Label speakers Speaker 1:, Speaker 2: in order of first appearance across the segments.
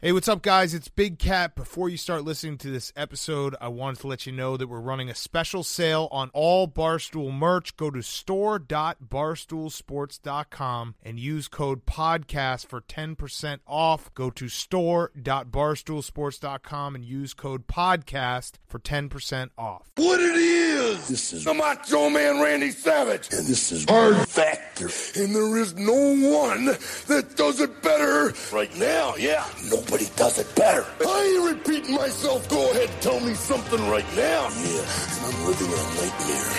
Speaker 1: Hey, what's up, guys? It's Big Cat. Before you start listening to this episode, I wanted to let you know that we're running a special sale on all Barstool merch. Go to store.barstoolsports.com and use code PODCAST for 10% off. Go to store.barstoolsports.com and use code PODCAST for 10% off.
Speaker 2: What it is? This is the Macho Man Randy Savage, and this is Hard Factor, and there is no one that does it better right now. Yeah, nobody does it better. I ain't repeating myself. Go ahead, tell me something right now. Yeah, and I'm living a nightmare,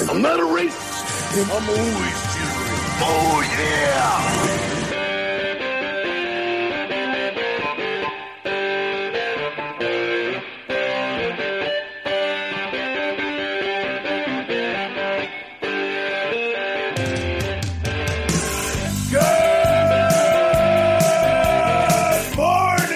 Speaker 2: and I'm not a racist, and I'm always cheering. Oh yeah.
Speaker 3: morning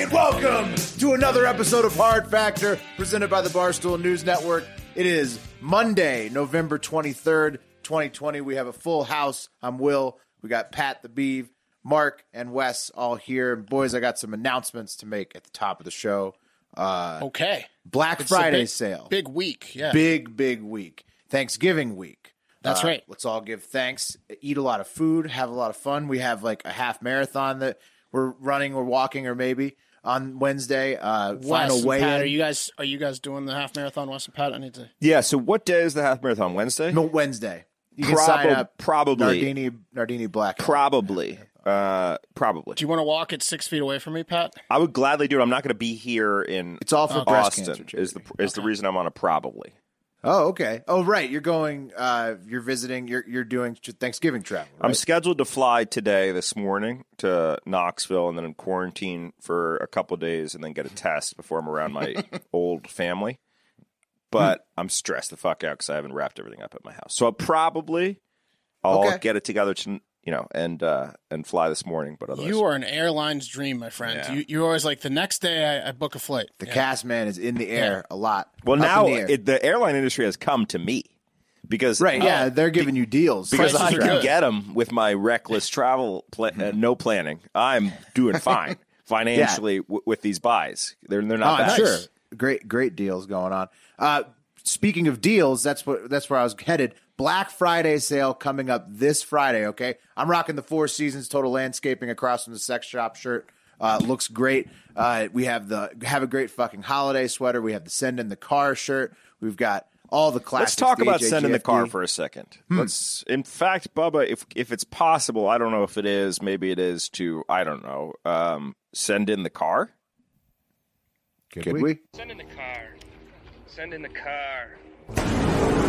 Speaker 3: and welcome to another episode of Hard Factor presented by the Barstool News Network. It is Monday, November 23rd, 2020. We have a full house. I'm Will. We got Pat the Beeve, Mark, and Wes all here. And boys, I got some announcements to make at the top of the show.
Speaker 4: Okay.
Speaker 3: Black
Speaker 4: It's a
Speaker 3: Friday
Speaker 4: big-
Speaker 3: sale.
Speaker 4: Big week. Yeah.
Speaker 3: big, big week. Thanksgiving week. Uh,
Speaker 4: That's right.
Speaker 3: Let's all give thanks, eat a lot of food, have a lot of fun. We have like a half marathon that we're running or walking or maybe on Wednesday. Uh,
Speaker 4: Wes
Speaker 3: final
Speaker 4: and
Speaker 3: way.
Speaker 4: Pat, are you guys are you guys doing the half marathon West and Pat? I need to
Speaker 5: Yeah. So what day is the half marathon? Wednesday?
Speaker 3: no, Wednesday. You can
Speaker 5: Probab-
Speaker 3: sign up.
Speaker 5: probably.
Speaker 3: Nardini, Nardini Black.
Speaker 5: Probably. Uh, probably.
Speaker 4: Do you want to walk it six feet away from me, Pat?
Speaker 5: I would gladly do it. I'm not going to be here in
Speaker 3: it's all for breast
Speaker 5: Austin.
Speaker 3: cancer.
Speaker 5: is the is the reason I'm on a probably.
Speaker 3: Oh, okay. Oh, right. You're going. Uh, you're visiting. You're you're doing Thanksgiving travel.
Speaker 5: I'm
Speaker 3: right?
Speaker 5: scheduled to fly today this morning to Knoxville and then quarantine for a couple days and then get a test before I'm around my old family.
Speaker 3: Hmm.
Speaker 5: But I'm stressed the fuck out because I haven't wrapped everything up at my house. So I'll probably I'll
Speaker 3: Okay.
Speaker 5: get it together to you know and uh, and fly this morning. But otherwise,
Speaker 4: You are an airline's dream, my friend. You you're always like the next day I, I book a flight.
Speaker 3: the cast man is in the air a lot.
Speaker 5: Well,
Speaker 3: Up
Speaker 5: now
Speaker 3: in the air.
Speaker 5: it, the airline industry has come to me because
Speaker 3: right. Yeah,
Speaker 5: uh,
Speaker 3: they're giving you deals
Speaker 5: because
Speaker 4: Prices
Speaker 5: I
Speaker 4: are
Speaker 5: can
Speaker 4: good.
Speaker 5: get them with my reckless travel, pla- uh, no planning. I'm doing fine financially w- with these buys. They're they're
Speaker 3: Oh,
Speaker 5: not
Speaker 3: I'm
Speaker 5: bad.
Speaker 3: sure. Great, great deals going on. Uh, speaking of deals, that's what that's where I was headed. Black Friday sale coming up this Friday. Okay, I'm rocking the Four Seasons Total Landscaping across from the Sex Shop shirt. Uh, looks great. Uh, we have the have a great fucking holiday sweater. We have the send in the car shirt. We've got all the classics.
Speaker 5: Let's talk
Speaker 3: the
Speaker 5: about sending the
Speaker 3: HHGFD.
Speaker 5: car for a second.
Speaker 3: Hmm.
Speaker 5: Let's, in fact, Bubba, if if it's possible, I don't know if it is. Maybe it is to I don't know. Um, send in the car.
Speaker 3: Could we?
Speaker 6: Send in the car. Send in the car.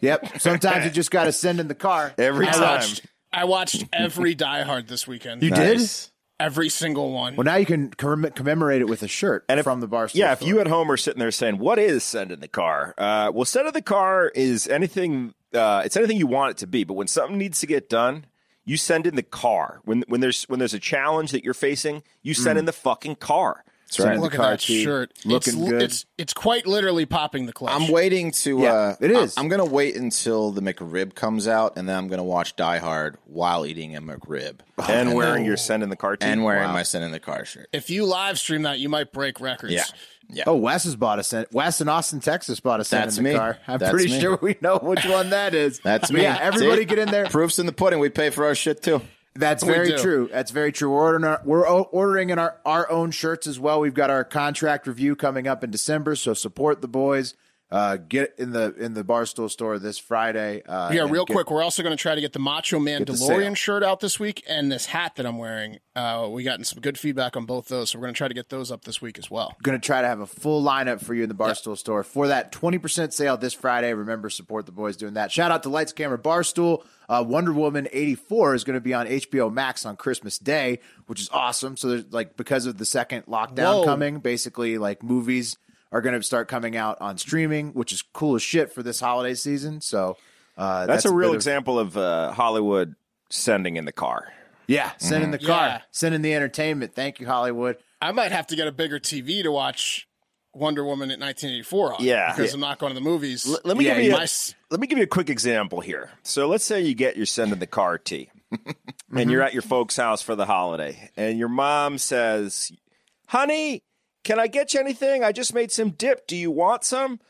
Speaker 3: Yep. Sometimes you just got to send in the car.
Speaker 5: Every
Speaker 4: I
Speaker 5: time.
Speaker 4: watched I watched every Die Hard this weekend.
Speaker 3: You
Speaker 5: Nice.
Speaker 4: Every single one.
Speaker 3: Well, now you can commem- commemorate it with a shirt
Speaker 5: And if-
Speaker 3: from the bar.
Speaker 5: Yeah, if you at home are sitting there saying, "What is send in the car?" Uh, well, send in the car is anything. Uh, it's anything you want it to be. But when something needs to get done, you send in the car. When when there's when there's a challenge that you're facing, you send in the fucking car. That's
Speaker 7: right.
Speaker 4: Look at
Speaker 7: car
Speaker 4: that
Speaker 7: key.
Speaker 4: shirt.
Speaker 7: Looking
Speaker 4: it's,
Speaker 7: good.
Speaker 4: It's it's quite literally popping the clutch.
Speaker 7: I'm waiting to.
Speaker 5: Yeah,
Speaker 7: uh,
Speaker 3: it is.
Speaker 7: I, am gonna wait until the McRib comes out, and then I'm gonna watch Die Hard while eating a McRib
Speaker 3: Oh,
Speaker 5: And wearing
Speaker 7: then-
Speaker 5: your send in the car. Team.
Speaker 7: and wearing my sin in the car shirt.
Speaker 4: If you live stream that, you might break records.
Speaker 7: Yeah, yeah.
Speaker 3: Oh, Wes has bought a cent. Wes in Austin, Texas, bought a cent
Speaker 7: That's
Speaker 3: in the
Speaker 7: me.
Speaker 3: car. I'm
Speaker 7: That's
Speaker 3: pretty
Speaker 7: me.
Speaker 3: sure we know which one that is.
Speaker 7: That's
Speaker 3: But
Speaker 7: me.
Speaker 3: Yeah, everybody
Speaker 7: See?
Speaker 3: get in there.
Speaker 7: Proofs in the pudding. We pay for our shit too.
Speaker 3: That's
Speaker 4: We
Speaker 3: very
Speaker 4: do.
Speaker 3: true. That's very true. We're ordering, our, we're o- ordering in our, our own shirts as well. We've got our contract review coming up in December, so support the boys. Uh, get in the in the barstool store this Friday. Uh,
Speaker 4: Yeah,
Speaker 3: and
Speaker 4: real
Speaker 3: get-
Speaker 4: quick, we're also going to try to get the Macho Man
Speaker 3: the sale.
Speaker 4: DeLorean shirt out this week and this hat that I'm wearing. Uh, we gotten some good feedback on both those, so we're going to try to get those up this week as well.
Speaker 3: Going to try to have a full lineup for you in the Barstool store for that 20% sale this Friday. Remember, support the boys doing that. Shout out to Lights Camera Barstool. Uh, Wonder Woman 84 is going to be on HBO Max on Christmas Day, which is awesome. So, there's like, because of the second lockdown
Speaker 4: Whoa.
Speaker 3: coming, basically, like, movies are going to start coming out on streaming, which is cool as shit for this holiday season. So, uh,
Speaker 5: That's, a real
Speaker 3: bit of-
Speaker 5: example of uh, Hollywood sending in the car.
Speaker 3: Mm-hmm. Yeah. Send in the car,
Speaker 4: Yeah.
Speaker 3: send in the entertainment. Thank you, Hollywood.
Speaker 4: I might have to get a bigger TV to watch Wonder Woman in 1984 on.
Speaker 5: Yeah.
Speaker 4: Because
Speaker 5: Yeah.
Speaker 4: I'm not going to the movies.
Speaker 5: L- let me
Speaker 4: Yeah,
Speaker 5: give you
Speaker 4: my
Speaker 5: a,
Speaker 4: s-
Speaker 5: let me give you a quick example here. So let's say you get your send in the car tea,
Speaker 4: Mm-hmm.
Speaker 5: and you're at your folks' house for the holiday, and your mom says, "Honey, can I get you anything? I just made some dip. Do you want some?"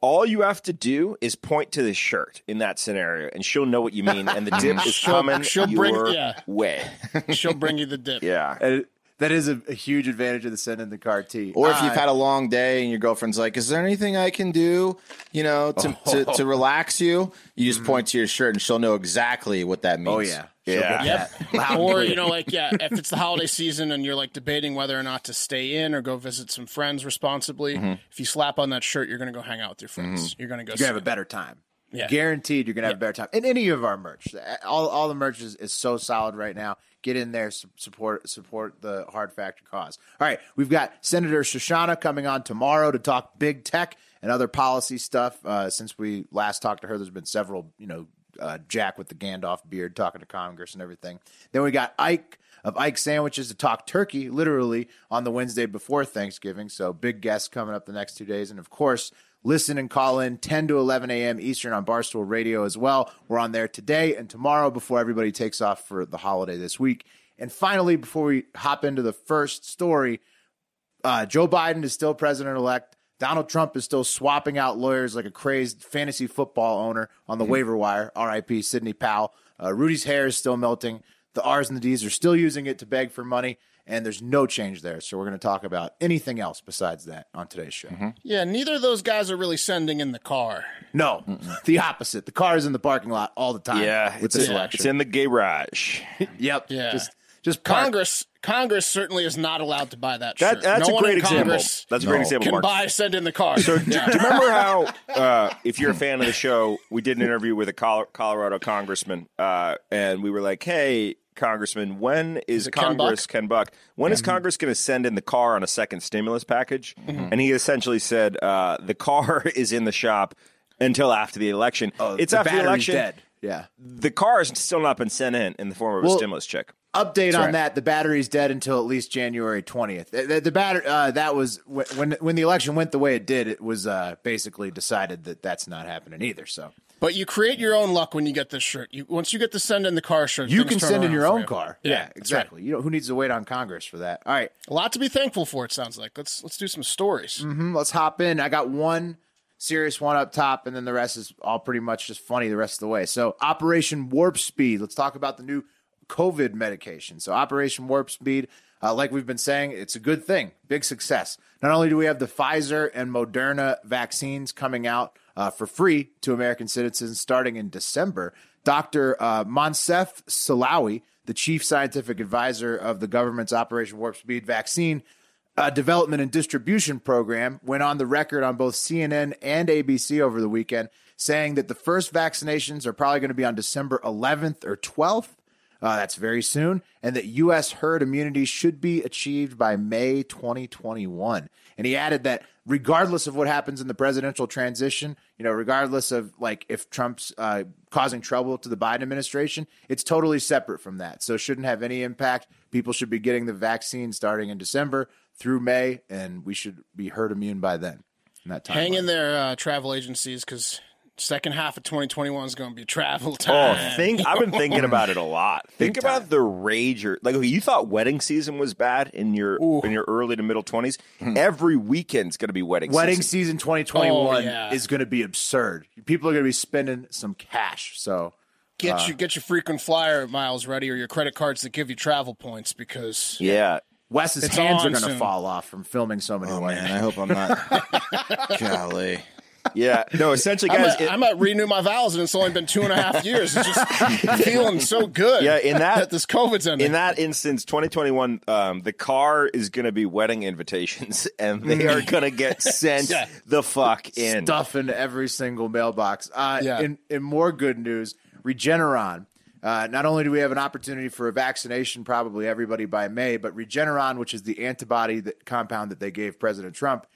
Speaker 5: All you have to do is point to the shirt in that scenario, and she'll know what you mean. And the dip is coming
Speaker 4: she'll bring-
Speaker 5: your
Speaker 4: yeah.
Speaker 5: way.
Speaker 4: she'll bring you the dip.
Speaker 5: Yeah,
Speaker 3: And Uh, that is a, a huge advantage of the send in the car T. Uh,
Speaker 7: Or if you've had a long day and your girlfriend's like, "Is there anything I can do, you know, to to, to relax you?" You just point to your shirt and she'll know exactly what that means.
Speaker 3: oh yeah,
Speaker 5: yeah.
Speaker 4: Yep. or you know, like yeah, if it's the holiday season and you're like debating whether or not to stay in or go visit some friends responsibly,
Speaker 5: Mm-hmm.
Speaker 4: if you slap on that shirt, you're gonna go hang out with your friends. You're gonna go.
Speaker 3: you're gonna
Speaker 4: see
Speaker 3: have a better time.
Speaker 4: Yeah.
Speaker 3: Guaranteed, you're gonna have a better time. And any of our merch, all all the merch is, is so solid right now. Get in there, su- support support the hard factor cause. All right, we've got Senator Shoshana coming on tomorrow to talk big tech and other policy stuff. Uh, since we last talked to her, there's been several, you know, uh, Jack with the Gandalf beard talking to Congress and everything. Then we got Ike of Ike Sandwiches to talk turkey, literally, on the Wednesday before Thanksgiving. So big guests coming up the next two days. And of course, listen and call in 10 to 11 a.m. Eastern on Barstool Radio as well. We're on there today and tomorrow before everybody takes off for the holiday this week. And finally, before we hop into the first story, uh, Joe Biden is still president elect. Donald Trump is still swapping out lawyers like a crazed fantasy football owner on
Speaker 5: Mm-hmm.
Speaker 3: the waiver wire. R.I.P. Sidney Powell. Uh, Rudy's hair is still melting. The R's and the D's are still using it to beg for money, and there's no change there. So we're going to talk about anything else besides that on today's show.
Speaker 5: Mm-hmm.
Speaker 4: Yeah, neither of those guys are really sending in the car.
Speaker 3: No, the opposite. The car is in the parking lot all the time.
Speaker 5: Yeah,
Speaker 3: with
Speaker 5: it's,
Speaker 3: this
Speaker 5: in-
Speaker 3: election.
Speaker 5: it's in the garage.
Speaker 3: yep.
Speaker 4: Yeah.
Speaker 3: Just, just park.
Speaker 4: Congress Congress certainly is not allowed to buy that,
Speaker 5: That,
Speaker 4: shirt.
Speaker 5: that's
Speaker 4: no
Speaker 5: a
Speaker 4: one
Speaker 5: great
Speaker 4: in
Speaker 5: example.
Speaker 4: Congress
Speaker 5: That's a great example.
Speaker 4: can
Speaker 5: Mark.
Speaker 4: buy send in the car.
Speaker 5: So do, do you remember how, uh, if you're a fan of the show, we did an interview with a Col- Colorado congressman, uh, and we were like, "Hey, congressman, when is,
Speaker 4: Ken
Speaker 5: Congress Ken Buck? When
Speaker 3: Mm-hmm.
Speaker 5: is Congress going to send in the car on a second stimulus package?" And he essentially said, uh, "The car is in the shop until after the election. it's
Speaker 3: Oh, the
Speaker 5: after the
Speaker 3: battery's
Speaker 5: election.
Speaker 3: dead. Yeah.
Speaker 5: The car has still not been sent in in the form of a
Speaker 3: Well-
Speaker 5: stimulus check."
Speaker 3: update on that the battery's dead until at least january 20th the, the, the batter uh, that was wh- when when the election went the way it did it was uh, basically decided that that's not happening either so
Speaker 4: But you create your own luck when you get this shirt. You once you get the send in the car shirt,
Speaker 3: you
Speaker 4: things
Speaker 3: can
Speaker 4: turn
Speaker 3: send in
Speaker 4: around
Speaker 3: your
Speaker 4: for
Speaker 3: own
Speaker 4: you.
Speaker 3: car
Speaker 4: Yeah, that's
Speaker 3: exactly you know who needs to wait on congress for that all right
Speaker 4: A lot to be thankful for. It sounds like let's let's do some stories.
Speaker 5: Mm-hmm.
Speaker 3: hmm, let's hop in i got one serious one up top and then the rest is all pretty much just funny the rest of the way so operation warp speed let's talk about the new covid medication so operation warp speed uh, like we've been saying it's a good thing big success not only do we have the pfizer and moderna vaccines coming out uh, for free to american citizens starting in december dr uh, monsef salawi the chief scientific advisor of the government's operation warp speed vaccine uh, development and distribution program went on the record on both CNN and ABC over the weekend, saying that the first vaccinations are probably going to be on December 11th or 12th. Uh, that's very soon, and that U.S. herd immunity should be achieved by May 2021. And he added that regardless of what happens in the presidential transition, you know, regardless of like if Trump's uh, causing trouble to the Biden administration, it's totally separate from that. So it shouldn't have any impact. People should be getting the vaccine starting in December through May, and we should be herd immune by then. In that time,
Speaker 4: Hang in there, uh, travel agencies, because second half of 2021 is going to be travel
Speaker 5: Oh,
Speaker 4: time.
Speaker 5: think I've been thinking about it a lot. Think about the rager. Like okay, you thought wedding season was bad in your in your early to middle twenties.
Speaker 4: Hmm.
Speaker 5: Every weekend's going to be wedding.
Speaker 3: Wedding season
Speaker 5: season.
Speaker 3: 2021
Speaker 4: Oh, yeah.
Speaker 3: is going to be absurd. People are going to be spending some cash. So
Speaker 4: Get your get your frequent flyer miles ready, or your credit cards that give you travel points, because
Speaker 5: Yeah,
Speaker 3: Wes's
Speaker 4: It's
Speaker 3: hands are
Speaker 4: on
Speaker 3: going to
Speaker 4: soon.
Speaker 3: fall off from filming so many.
Speaker 7: Oh
Speaker 3: weddings.
Speaker 7: man, I hope I'm not. Golly,
Speaker 5: yeah. No, essentially,
Speaker 4: I'm
Speaker 5: guys.
Speaker 4: at,
Speaker 5: it-
Speaker 4: I'm at renew my vows, and it's only been two and a half years. It's just feeling so good.
Speaker 5: Yeah, in that-
Speaker 4: this COVID's ending.
Speaker 5: in that instance, 2021, um, the car is going to be wedding invitations, and they are going to get sent
Speaker 4: Hmm. Yeah.
Speaker 5: the fuck in.
Speaker 3: stuff into every single mailbox. Uh,
Speaker 4: Yeah.
Speaker 3: in, in more good news, Regeneron. Uh, not only do we have an opportunity for a vaccination, probably everybody by May, but Regeneron, which is the antibody that compound that they gave President Trump,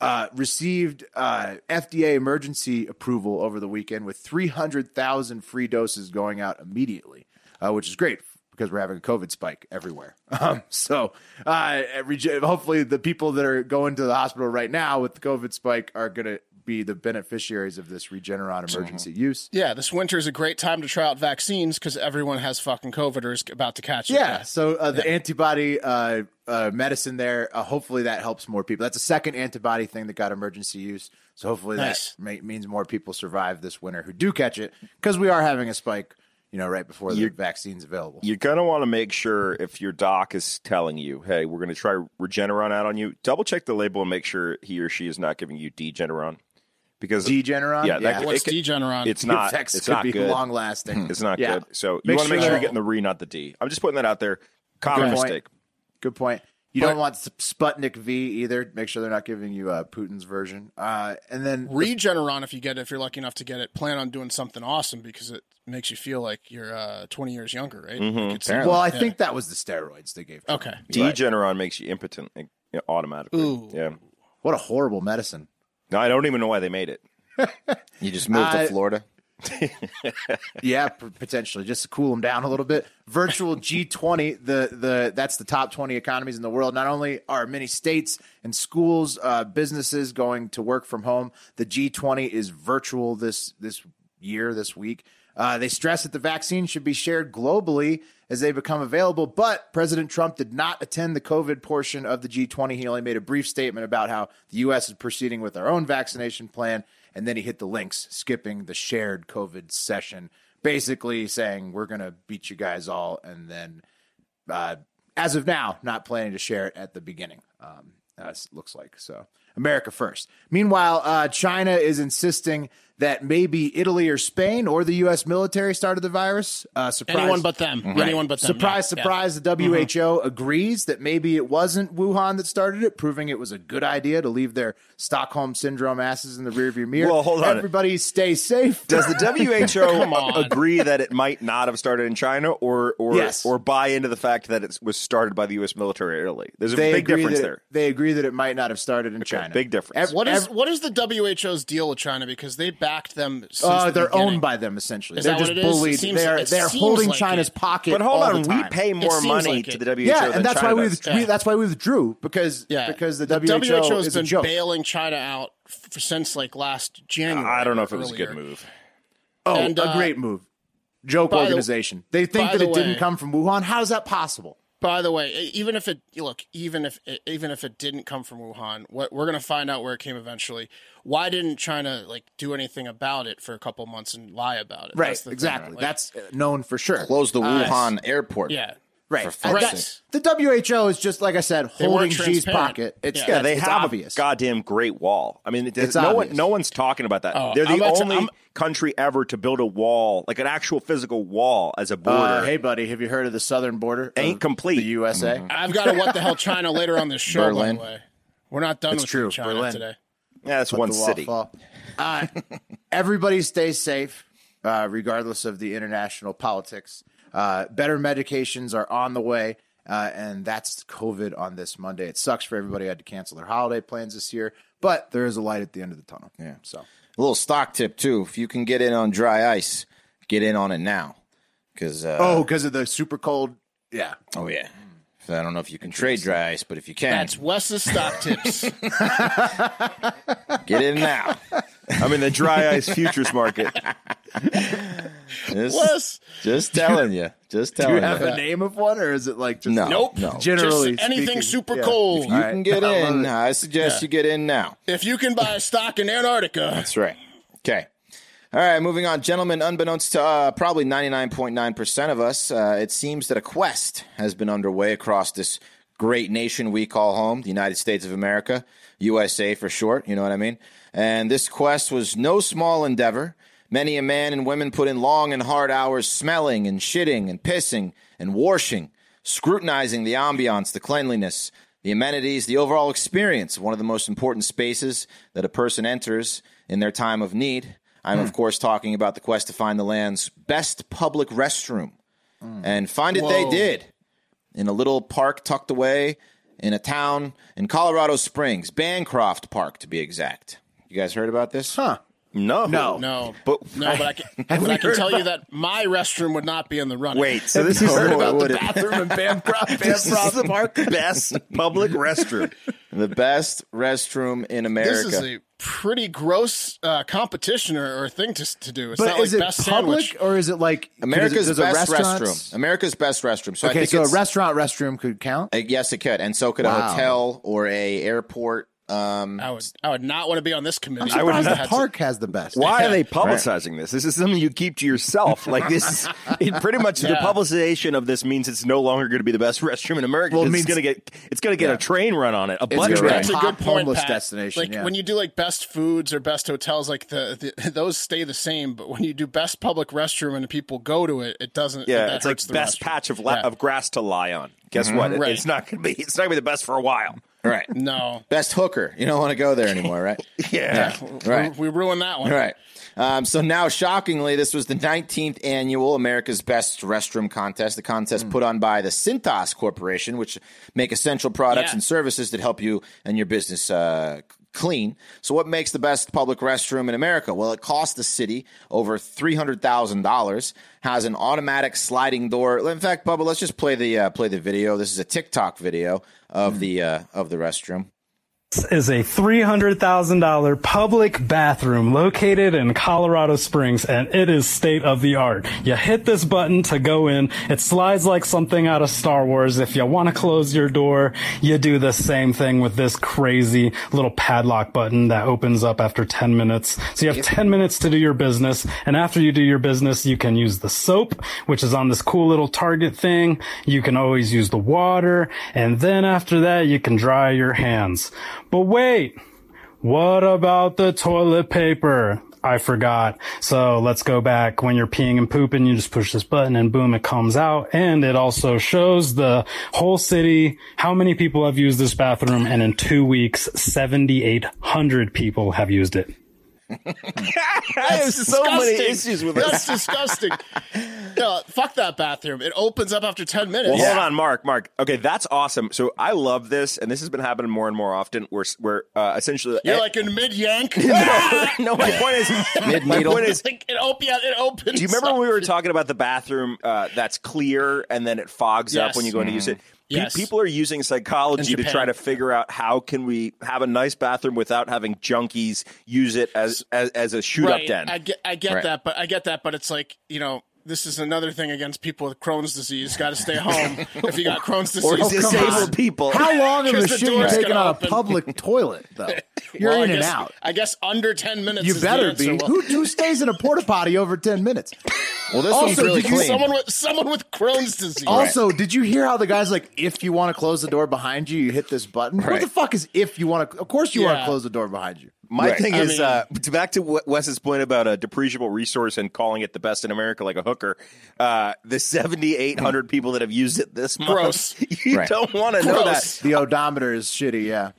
Speaker 3: uh, received uh, FDA emergency approval over the weekend with 300,000 free doses going out immediately, uh, which is great because because we're having a COVID spike everywhere. Um, so uh, every, hopefully the people that are going to the hospital right now with the COVID spike are going to be the beneficiaries of this Regeneron emergency use.
Speaker 4: Yeah, this winter is a great time to try out vaccines because everyone has fucking COVID or is about to catch it.
Speaker 3: Yeah. So uh, the antibody uh, uh, medicine there, uh, hopefully that helps more people. That's a second antibody thing that got emergency use. So hopefully
Speaker 4: Nice.
Speaker 3: that ma- means more people survive this winter who do catch it because we are having a spike, you know, right before the vaccine's available.
Speaker 5: You're going to want to make sure if your doc is telling you, hey, we're going to try Regeneron out on you, double check the label and make sure he or she is not giving you Degeneron. Because
Speaker 3: Degeneron?
Speaker 5: Yeah, that
Speaker 3: Yeah.
Speaker 5: could-
Speaker 4: What's
Speaker 5: it could-
Speaker 4: Degeneron?
Speaker 5: it's not,
Speaker 3: Effects
Speaker 5: it's
Speaker 3: could
Speaker 5: not
Speaker 3: be
Speaker 5: good. Hmm.
Speaker 3: long lasting.
Speaker 5: It's not
Speaker 3: Yeah.
Speaker 5: good. So you
Speaker 3: Make
Speaker 5: want to make
Speaker 3: sure-
Speaker 5: sure you're getting the re, not the D. I'm just putting that out there. Common
Speaker 3: Good point.
Speaker 5: mistake.
Speaker 3: Good point. You don't want Sp- Sputnik V either. Make sure they're not giving you uh, Putin's version. Uh, and then
Speaker 4: Regeneron, if you get it, if you're lucky enough to get it, plan on doing something awesome because it makes you feel like you're uh, 20 years younger, right? Like it's-
Speaker 3: Well, I think that was the steroids they gave.
Speaker 4: okay.
Speaker 5: Degeneron makes you impotent like, you know, automatically.
Speaker 4: Ooh.
Speaker 5: Yeah.
Speaker 3: What a horrible medicine.
Speaker 5: No, I don't even know why they made it.
Speaker 7: You just moved
Speaker 3: I-
Speaker 7: to Florida.
Speaker 3: Yeah, p- potentially just to cool them down a little bit. Virtual G20, the the that's the top 20 economies in the world. Not only are many states and schools, uh, businesses going to work from home, the G20 is virtual this this year, this week. Uh, they stress that the vaccine should be shared globally as they become available. But President Trump did not attend the COVID portion of the G20. He only made a brief statement about how the U.S. is proceeding with our own vaccination plan. And then he hit the links, skipping the shared COVID session, basically saying, We're going to beat you guys all. And then, uh, as of now, not planning to share it at the beginning. Um, as it looks like so. America first. Meanwhile, uh, China is insisting that maybe Italy or Spain or the U.S. military started the virus. Uh, surprise!
Speaker 4: Anyone but them.
Speaker 5: Mm-hmm.
Speaker 4: Anyone but them.
Speaker 3: Surprise,
Speaker 4: Yeah. Mm-hmm.
Speaker 3: surprise. The WHO agrees that maybe it wasn't Wuhan that started it, proving it was a good idea to leave their Stockholm syndrome asses in the rearview mirror.
Speaker 5: Well, hold on.
Speaker 3: Everybody stay safe.
Speaker 5: Does the
Speaker 4: Come
Speaker 5: WHO
Speaker 4: on.
Speaker 5: agree that it might not have started in China, or or
Speaker 3: Yes.
Speaker 5: or buy into the fact that it was started by the U.S. military in Italy? There's a
Speaker 3: they
Speaker 5: big
Speaker 3: agree
Speaker 5: difference
Speaker 3: that it-
Speaker 5: there.
Speaker 3: They agree that it might not have started in China.
Speaker 5: big difference.
Speaker 3: Ev-
Speaker 4: What is
Speaker 3: ev-
Speaker 4: what is the WHO's deal with China? Because they backed them. Since
Speaker 3: uh,
Speaker 4: the
Speaker 3: they're
Speaker 4: beginning.
Speaker 3: owned by them essentially.
Speaker 4: Is
Speaker 3: they're
Speaker 4: that
Speaker 3: just
Speaker 4: what it is? It
Speaker 3: bullied.
Speaker 4: seems-
Speaker 3: they are
Speaker 4: it
Speaker 3: they're
Speaker 4: seems
Speaker 3: holding
Speaker 4: like
Speaker 3: China's
Speaker 4: it.
Speaker 3: pocket.
Speaker 5: But hold
Speaker 3: all the
Speaker 5: on, we
Speaker 3: time.
Speaker 5: pay more
Speaker 4: seems
Speaker 5: money
Speaker 4: like
Speaker 5: to
Speaker 4: it.
Speaker 5: the WHO
Speaker 3: Yeah,
Speaker 5: than
Speaker 3: and that's
Speaker 5: China
Speaker 3: why we,
Speaker 5: does.
Speaker 3: withdrew,
Speaker 4: Yeah.
Speaker 3: that's why we withdrew because
Speaker 4: Yeah,
Speaker 3: because the, WHO,
Speaker 4: has
Speaker 3: is
Speaker 4: been
Speaker 3: a joke.
Speaker 4: bailing China out f- since like last January.
Speaker 5: I don't know if it was a good
Speaker 4: earlier.
Speaker 5: move.
Speaker 3: Oh,
Speaker 4: And,
Speaker 3: a
Speaker 4: uh,
Speaker 3: great move. Joke
Speaker 4: by the-
Speaker 3: organization. they think
Speaker 4: by
Speaker 3: that
Speaker 4: the
Speaker 3: it didn't
Speaker 4: way-
Speaker 3: come from Wuhan. How is that possible?
Speaker 4: By the way, e- even if it look, even if e, even if it didn't come from Wuhan, what we're gonna find out where it came eventually. Why didn't China like do anything about it for a couple months and lie about it? That's the thing,
Speaker 3: exactly.
Speaker 4: like-
Speaker 3: That's uh, known for sure. Uh,
Speaker 7: Close the Wuhan airport.
Speaker 4: yeah.
Speaker 3: right.
Speaker 7: for fuck's
Speaker 3: And that-
Speaker 4: sake.
Speaker 3: The WHO is just like I said, holding
Speaker 4: weren't
Speaker 3: Xi's
Speaker 4: transparent.
Speaker 3: pocket. It's
Speaker 4: Yeah.
Speaker 5: Yeah,
Speaker 3: that's-
Speaker 5: they
Speaker 3: it's
Speaker 5: have
Speaker 3: obvious.
Speaker 5: a goddamn great wall. I mean, it-
Speaker 3: It's
Speaker 5: no
Speaker 3: obvious.
Speaker 5: one, no one's talking about that.
Speaker 4: Oh,
Speaker 5: They're
Speaker 4: I'm
Speaker 5: the
Speaker 4: about to-
Speaker 5: only
Speaker 4: I'm-
Speaker 5: country ever to build a wall, like an actual physical wall, as a border.
Speaker 3: Uh, hey, buddy, have you heard of the southern border?
Speaker 5: Ain't
Speaker 3: of
Speaker 5: complete.
Speaker 3: The USA.
Speaker 4: I've got a what the hell China later on this show.
Speaker 7: Berlin.
Speaker 4: By the way, we're not done
Speaker 3: It's
Speaker 4: with
Speaker 3: true,
Speaker 4: China
Speaker 3: Berlin.
Speaker 4: today.
Speaker 5: yeah, that's one
Speaker 3: the wall
Speaker 5: city.
Speaker 3: fall. Uh, everybody stays safe, uh, regardless of the international politics. Uh, better medications are on the way. Uh, and that's COVID on this Monday. It sucks for everybody who had to cancel their holiday plans this year, but there is a light at the end of the tunnel. Yeah. So
Speaker 7: A little stock tip too. If you can get in on dry ice, get in on it now. Because uh,
Speaker 3: Oh, because of the super cold. Yeah.
Speaker 7: oh yeah. So I don't know if you can trade dry ice, but if you can,
Speaker 4: That's Wes's stock tips.
Speaker 7: get in now.
Speaker 5: I mean, the dry ice futures market.
Speaker 7: Just,
Speaker 4: Wes,
Speaker 7: just telling you. Just
Speaker 3: Do
Speaker 7: telling
Speaker 3: you
Speaker 7: you.
Speaker 3: have a name of one, or is it like just
Speaker 7: No.
Speaker 4: nope.
Speaker 7: No.
Speaker 3: Generally
Speaker 4: Just anything
Speaker 3: speaking,
Speaker 4: super
Speaker 3: yeah.
Speaker 4: cold.
Speaker 7: If you can get
Speaker 3: I love
Speaker 7: in,
Speaker 3: it.
Speaker 7: I suggest you get in now.
Speaker 4: If you can buy a stock in Antarctica,
Speaker 7: That's right. Okay. All right, moving on, gentlemen. Unbeknownst to uh, probably 99.9% of us, uh, it seems that a quest has been underway across this great nation we call home, the United States of America, USA for short, you know what I mean? And this quest was no small endeavor. Many a man and women put in long and hard hours smelling and shitting and pissing and washing, scrutinizing the ambiance, the cleanliness, the amenities, the overall experience of one of the most important spaces that a person enters in their time of need. I'm,
Speaker 3: Hmm.
Speaker 7: of course, talking about the quest to find the land's best public restroom.
Speaker 3: Hmm.
Speaker 7: And find it they
Speaker 4: Whoa.
Speaker 7: did in a little park tucked away in a town in Colorado Springs, Bancroft Park to be exact. You guys heard about this?
Speaker 3: Huh.
Speaker 5: No,
Speaker 3: No.
Speaker 4: No,
Speaker 5: But-
Speaker 4: no, but I can, but
Speaker 3: Have we
Speaker 4: I can
Speaker 3: heard
Speaker 4: tell you that my restroom would not be in the running.
Speaker 5: Wait,
Speaker 3: So this is
Speaker 7: heard about
Speaker 3: about
Speaker 7: the
Speaker 3: the bathroom and Bam
Speaker 5: this is the best public restroom.
Speaker 7: The best restroom in America.
Speaker 4: This is a pretty gross uh, competition or, or thing to, to do. It's
Speaker 3: But
Speaker 4: not like
Speaker 3: is it
Speaker 4: best
Speaker 3: public
Speaker 4: sandwich.
Speaker 3: or is it like
Speaker 7: America's
Speaker 3: does it- does
Speaker 7: best
Speaker 3: a restaurants-
Speaker 7: restroom. America's best restroom. So I
Speaker 3: Okay,
Speaker 7: think
Speaker 3: so a
Speaker 7: it's,
Speaker 3: restaurant restroom could count.
Speaker 7: uh, yes, it could, and so could a
Speaker 3: Wow.
Speaker 7: hotel or a airport. Um,
Speaker 4: I would I would not want to be on this committee.
Speaker 5: I would
Speaker 4: if
Speaker 5: surprised
Speaker 3: the
Speaker 5: have
Speaker 4: had to-
Speaker 3: park has the best.
Speaker 5: Why are they
Speaker 4: Yeah.
Speaker 5: publicizing this? This is something you keep to yourself. Like this, is- it pretty much the
Speaker 4: Yeah.
Speaker 5: publicization of this means it's no longer going to be the best restroom in America.
Speaker 3: Well, it
Speaker 5: it's
Speaker 3: means-
Speaker 5: going to get it's going to get a train run on it. A butt
Speaker 3: gonna
Speaker 5: train.
Speaker 3: get
Speaker 4: That's a
Speaker 3: Top
Speaker 4: good point,
Speaker 3: homeless
Speaker 4: Pat.
Speaker 3: destination,
Speaker 4: Like
Speaker 3: yeah.
Speaker 4: when you do like best foods or best hotels, like the, the those stay the same. But when you do best public restroom and people go to it, it doesn't.
Speaker 5: Yeah,
Speaker 4: that
Speaker 5: it's like
Speaker 4: hurts the
Speaker 5: best
Speaker 4: restroom.
Speaker 5: patch of la-
Speaker 4: Yeah.
Speaker 5: of grass to lie on. Guess what? It-
Speaker 4: Right.
Speaker 5: It's not going to be. It's not going to be the best for a while.
Speaker 7: right.
Speaker 4: No,
Speaker 7: Best hooker. You don't want to go there anymore, right?
Speaker 5: Yeah.
Speaker 7: Right.
Speaker 4: we, we ruined that one.
Speaker 7: Right. Um, so now, shockingly, this was the 19th annual America's Best Restroom Contest, the
Speaker 4: Hmm.
Speaker 7: contest put on by the Cintas Corporation, which make essential products
Speaker 4: Yeah.
Speaker 7: and services that help you and your business uh, c- clean. So, what makes the best public restroom in America? Well, it costs the city over $300,000, has an automatic sliding door. In fact, Bubba, let's just play the uh, play the video. This is a TikTok video
Speaker 4: Hmm.
Speaker 7: of the uh, of the restroom.
Speaker 8: is a $300,000 public bathroom located in Colorado Springs and it is state of the art. You hit this button to go in. It slides like something out of Star Wars. If you want to close your door, you do the same thing with this crazy little padlock button that opens up after 10 minutes. So you have 10 minutes to do your business. And after you do your business, you can use the soap, which is on this cool little target thing. You can always use the water. And then after that, you can dry your hands. But wait, what about the toilet paper? I forgot. So let's go back. When you're peeing and pooping, you just push this button and boom, it comes out. And it also shows the whole city how many people have used this bathroom. And in two weeks, 7,800 people have used it.
Speaker 5: I have so many
Speaker 4: Disgusting.
Speaker 5: issues with this.
Speaker 4: That's disgusting. No, fuck that bathroom. It opens up after ten minutes.
Speaker 5: Well, hold on, Mark. Mark. Okay, that's awesome. So I love this, and this has been happening more and more often. We're we're uh, essentially
Speaker 4: You're like in mid yank.
Speaker 5: no. My point is, my
Speaker 7: Mid-needle.
Speaker 5: point is,
Speaker 4: like it op- yeah, it opens.
Speaker 5: Do you remember
Speaker 4: up.
Speaker 5: when we were talking about the bathroom uh, that's clear and then it fogs up
Speaker 4: Yes.
Speaker 5: when you go in to use it? Pe-
Speaker 4: Yes.
Speaker 5: People are using psychology
Speaker 4: In
Speaker 5: to
Speaker 4: Japan.
Speaker 5: try to figure out how can we have a nice bathroom without having junkies use it as as, as a shoot up den.
Speaker 4: I get, I get
Speaker 7: Right.
Speaker 4: that, but I get that, but it's like you know, this is another thing against people with Crohn's disease. Got to stay home if you got Crohn's disease.
Speaker 5: or
Speaker 4: Oh, come on.
Speaker 5: disabled people.
Speaker 3: How long of a
Speaker 4: Because the
Speaker 3: shit you
Speaker 4: door's
Speaker 3: taking
Speaker 4: gonna
Speaker 3: on a
Speaker 4: open.
Speaker 3: public toilet though? You're
Speaker 4: Well, I
Speaker 3: in and
Speaker 4: guess-
Speaker 3: out.
Speaker 4: I guess under ten minutes.
Speaker 3: You
Speaker 4: is the
Speaker 3: better
Speaker 4: answer.
Speaker 3: be.
Speaker 4: Well,
Speaker 3: Who, who stays in a porta potty over ten minutes?
Speaker 7: Well, this one's
Speaker 3: Also,
Speaker 7: really
Speaker 3: did you-
Speaker 7: clean.
Speaker 4: Someone with someone with Crohn's disease.
Speaker 3: Also, did you hear how the guy's like, if you want to close the door behind you, you hit this button? What the fuck is if you want to? Of course you want to
Speaker 4: Yeah.
Speaker 3: close the door behind you.
Speaker 5: My thing
Speaker 4: I
Speaker 5: is
Speaker 4: mean-
Speaker 5: uh, to- back to what Wes's point about a depreciable resource and calling it the best in America, like a hooker. Uh, the seventy eight hundred people that have used it this month.
Speaker 4: Gross.
Speaker 5: You
Speaker 7: Right.
Speaker 5: don't want to know that.
Speaker 4: Gross.
Speaker 3: The odometer is shitty, yeah.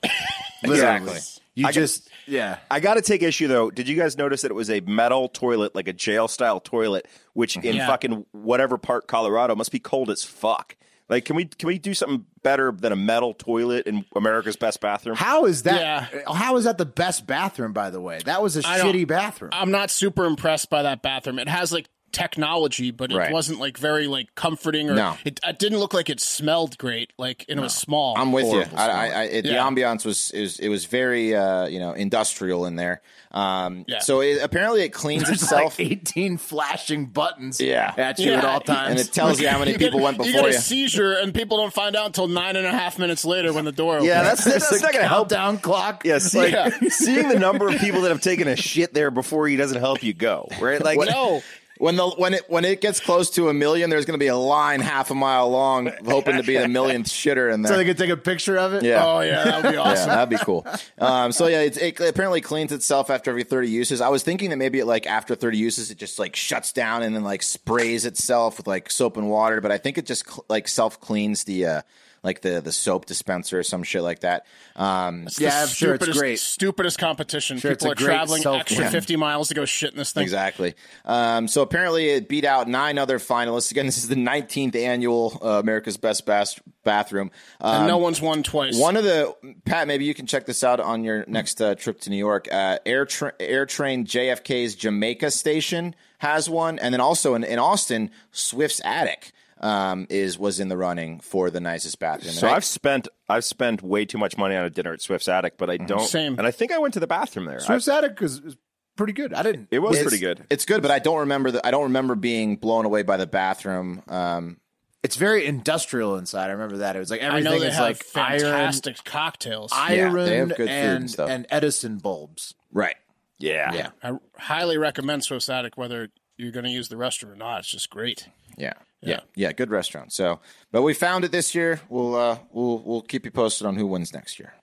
Speaker 5: Exactly.
Speaker 3: You
Speaker 5: I got-
Speaker 3: just, yeah.
Speaker 5: I got to take issue though. Did you guys notice that it was a metal toilet, like a jail style toilet, which in
Speaker 4: Mm-hmm. Yeah.
Speaker 5: fucking whatever part Colorado must be cold as fuck. Like, can we can we do something better than a metal toilet in America's best bathroom?
Speaker 3: How is that? How is that the best bathroom? By the way, that was a
Speaker 4: I don't-
Speaker 3: shitty bathroom.
Speaker 4: I'm not super impressed by that bathroom. It has like technology, but it
Speaker 7: Right.
Speaker 4: wasn't like very like comforting or
Speaker 7: No.
Speaker 4: it, it didn't look like it smelled great. Like and it was small.
Speaker 7: I'm with you.
Speaker 3: Horrible
Speaker 7: I, I, I, it, The
Speaker 4: Yeah.
Speaker 7: ambiance was is it was very uh, you know industrial in there. Um,
Speaker 4: Yeah.
Speaker 7: So it, apparently it cleans
Speaker 3: There's
Speaker 7: itself
Speaker 3: like 18 flashing buttons
Speaker 7: Yeah.
Speaker 3: at you at
Speaker 4: Yeah.
Speaker 3: all times.
Speaker 7: and it tells you how many
Speaker 4: You
Speaker 7: people
Speaker 4: get-
Speaker 7: went
Speaker 4: You
Speaker 7: before
Speaker 4: get a
Speaker 7: you.
Speaker 4: seizure, and people don't find out until nine and a half minutes later when the door opens.
Speaker 5: yeah, that's that's,
Speaker 3: There's a
Speaker 5: not gonna help.
Speaker 3: countdown clock.
Speaker 5: Yes, like
Speaker 4: Yeah.
Speaker 5: seeing the number of people that have taken a shit there before you doesn't help you go right. Like,
Speaker 4: no.
Speaker 7: When the when it when it gets close to a million, there's going to be a line half a mile long, hoping to be the millionth shitter in there.
Speaker 3: So they could take a picture of it.
Speaker 7: yeah.
Speaker 4: Oh yeah, that would be
Speaker 7: Yeah,
Speaker 4: awesome.
Speaker 7: that'd be cool. Um, so yeah, it, it apparently cleans itself after every thirty uses. I was thinking that maybe it, like after thirty uses, it just like shuts down and then like sprays itself with like soap and water. But I think it just cl- like self cleans the uh, like the the soap dispenser or some shit like that. Um,
Speaker 4: It's the
Speaker 3: Yeah, I'm sure it's
Speaker 4: stupidest-
Speaker 3: great.
Speaker 4: Stupidest competition.
Speaker 3: Sure, it's
Speaker 4: People
Speaker 3: a
Speaker 4: are
Speaker 3: great
Speaker 4: traveling
Speaker 3: self-
Speaker 4: extra
Speaker 3: yeah.
Speaker 4: 50 miles to go shit in this thing.
Speaker 7: Exactly. Um, so apparently, it beat out nine other finalists. Again, this is the 19th annual uh, America's Best Bas- Bathroom.
Speaker 4: And
Speaker 7: Um,
Speaker 4: no one's won twice.
Speaker 7: one of the Pat, maybe you can check this out on your next uh, trip to New York. Uh, Air Tra- Air Train JFK's Jamaica station has one, and then also in, in Austin, Swift's Attic um, is was in the running for the nicest bathroom. And
Speaker 5: So
Speaker 7: I-
Speaker 5: I've spent I've spent way too much money on a dinner at Swift's Attic, but I
Speaker 7: Mm-hmm.
Speaker 5: don't.
Speaker 4: Same.
Speaker 5: And I think I went to the bathroom there. I-
Speaker 3: Swift's Attic is, is pretty good. I didn't.
Speaker 5: it was
Speaker 7: it's-
Speaker 5: pretty good.
Speaker 7: It's good, but I don't remember the, I don't remember being blown away by the bathroom. Um,
Speaker 3: It's very industrial inside. I remember that. It was like
Speaker 4: I
Speaker 3: everything
Speaker 4: know they
Speaker 3: is
Speaker 4: have
Speaker 3: like iron,
Speaker 4: fantastic cocktails. I,
Speaker 7: Yeah,
Speaker 3: iron,
Speaker 7: they have good food and
Speaker 3: and
Speaker 7: stuff.
Speaker 3: and Edison bulbs.
Speaker 7: right.
Speaker 5: Yeah.
Speaker 7: Yeah.
Speaker 4: highly recommend Swiss Attic, whether you're going to use the restroom or not. It's just great.
Speaker 7: Yeah. Yeah. Yeah. Good restaurant. So, but we found it this year. We'll, uh, we'll, we'll keep you posted on who wins next year.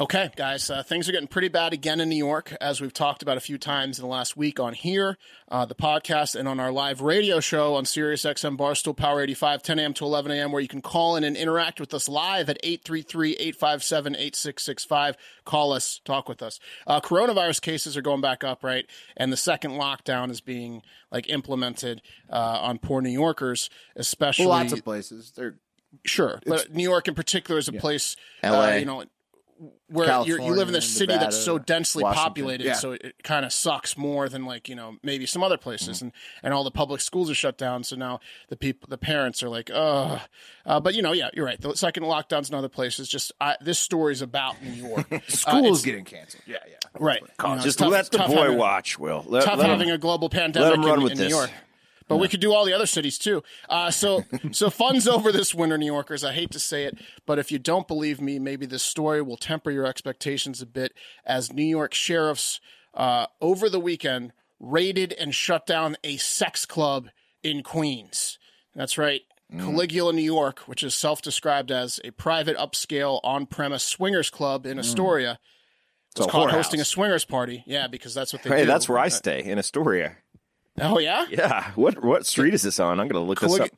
Speaker 4: Okay, guys, uh, things are getting pretty bad again in New York, as we've talked about a few times in the last week on here, uh, the podcast, and on our live radio show on Sirius XM Barstool Power 85, 10 a.m. to 11 a.m., where you can call in and interact with us live at 833 857 8665. Call us, talk with us. Uh, coronavirus cases are going back up, right? And the second lockdown is being like implemented uh, on poor New Yorkers, especially
Speaker 3: Lots of places. They're
Speaker 4: sure, but New York in particular is a place,
Speaker 7: LA.
Speaker 4: Uh, you know, where you're, you live in
Speaker 3: California,
Speaker 4: a city that's so
Speaker 3: Nevada,
Speaker 4: densely
Speaker 3: Washington.
Speaker 4: populated,
Speaker 3: Yeah.
Speaker 4: so it, it kind of sucks more than like you know maybe some other places,
Speaker 3: Mm-hmm.
Speaker 4: and and all the public schools are shut down, so now the people the parents are like, oh, uh, but you know, yeah, you're right. The second lockdowns in other places, just I, this story's about New York, Uh,
Speaker 3: schools
Speaker 4: it's-
Speaker 3: getting canceled. Yeah, yeah.
Speaker 4: right? You know, it's
Speaker 5: Oh, Just
Speaker 4: tough-
Speaker 5: let the
Speaker 4: tough
Speaker 5: boy
Speaker 4: having-
Speaker 5: watch, Will. Let,
Speaker 4: tough
Speaker 5: let
Speaker 4: having
Speaker 5: him,
Speaker 4: a global pandemic
Speaker 5: let him run
Speaker 4: in,
Speaker 5: with
Speaker 4: in
Speaker 5: this.
Speaker 4: New York. But we could do all the other cities too. Uh, so, so fun's over this winter, New Yorkers. I hate to say it, but if you don't believe me, maybe this story will temper your expectations a bit. As New York sheriffs uh, over the weekend raided and shut down a sex club in Queens. That's right.
Speaker 5: Mm-hmm.
Speaker 4: Caligula, New York, which is self described as a private, upscale, on premise swingers club
Speaker 5: Mm.
Speaker 4: in Astoria, was caught hosting a swingers party. Yeah, because that's what they
Speaker 5: Hey,
Speaker 4: do.
Speaker 5: that's where I stay in Astoria.
Speaker 4: Oh, yeah?
Speaker 5: Yeah. What what street is this on? I'm gonna look this
Speaker 4: Calig-
Speaker 5: up.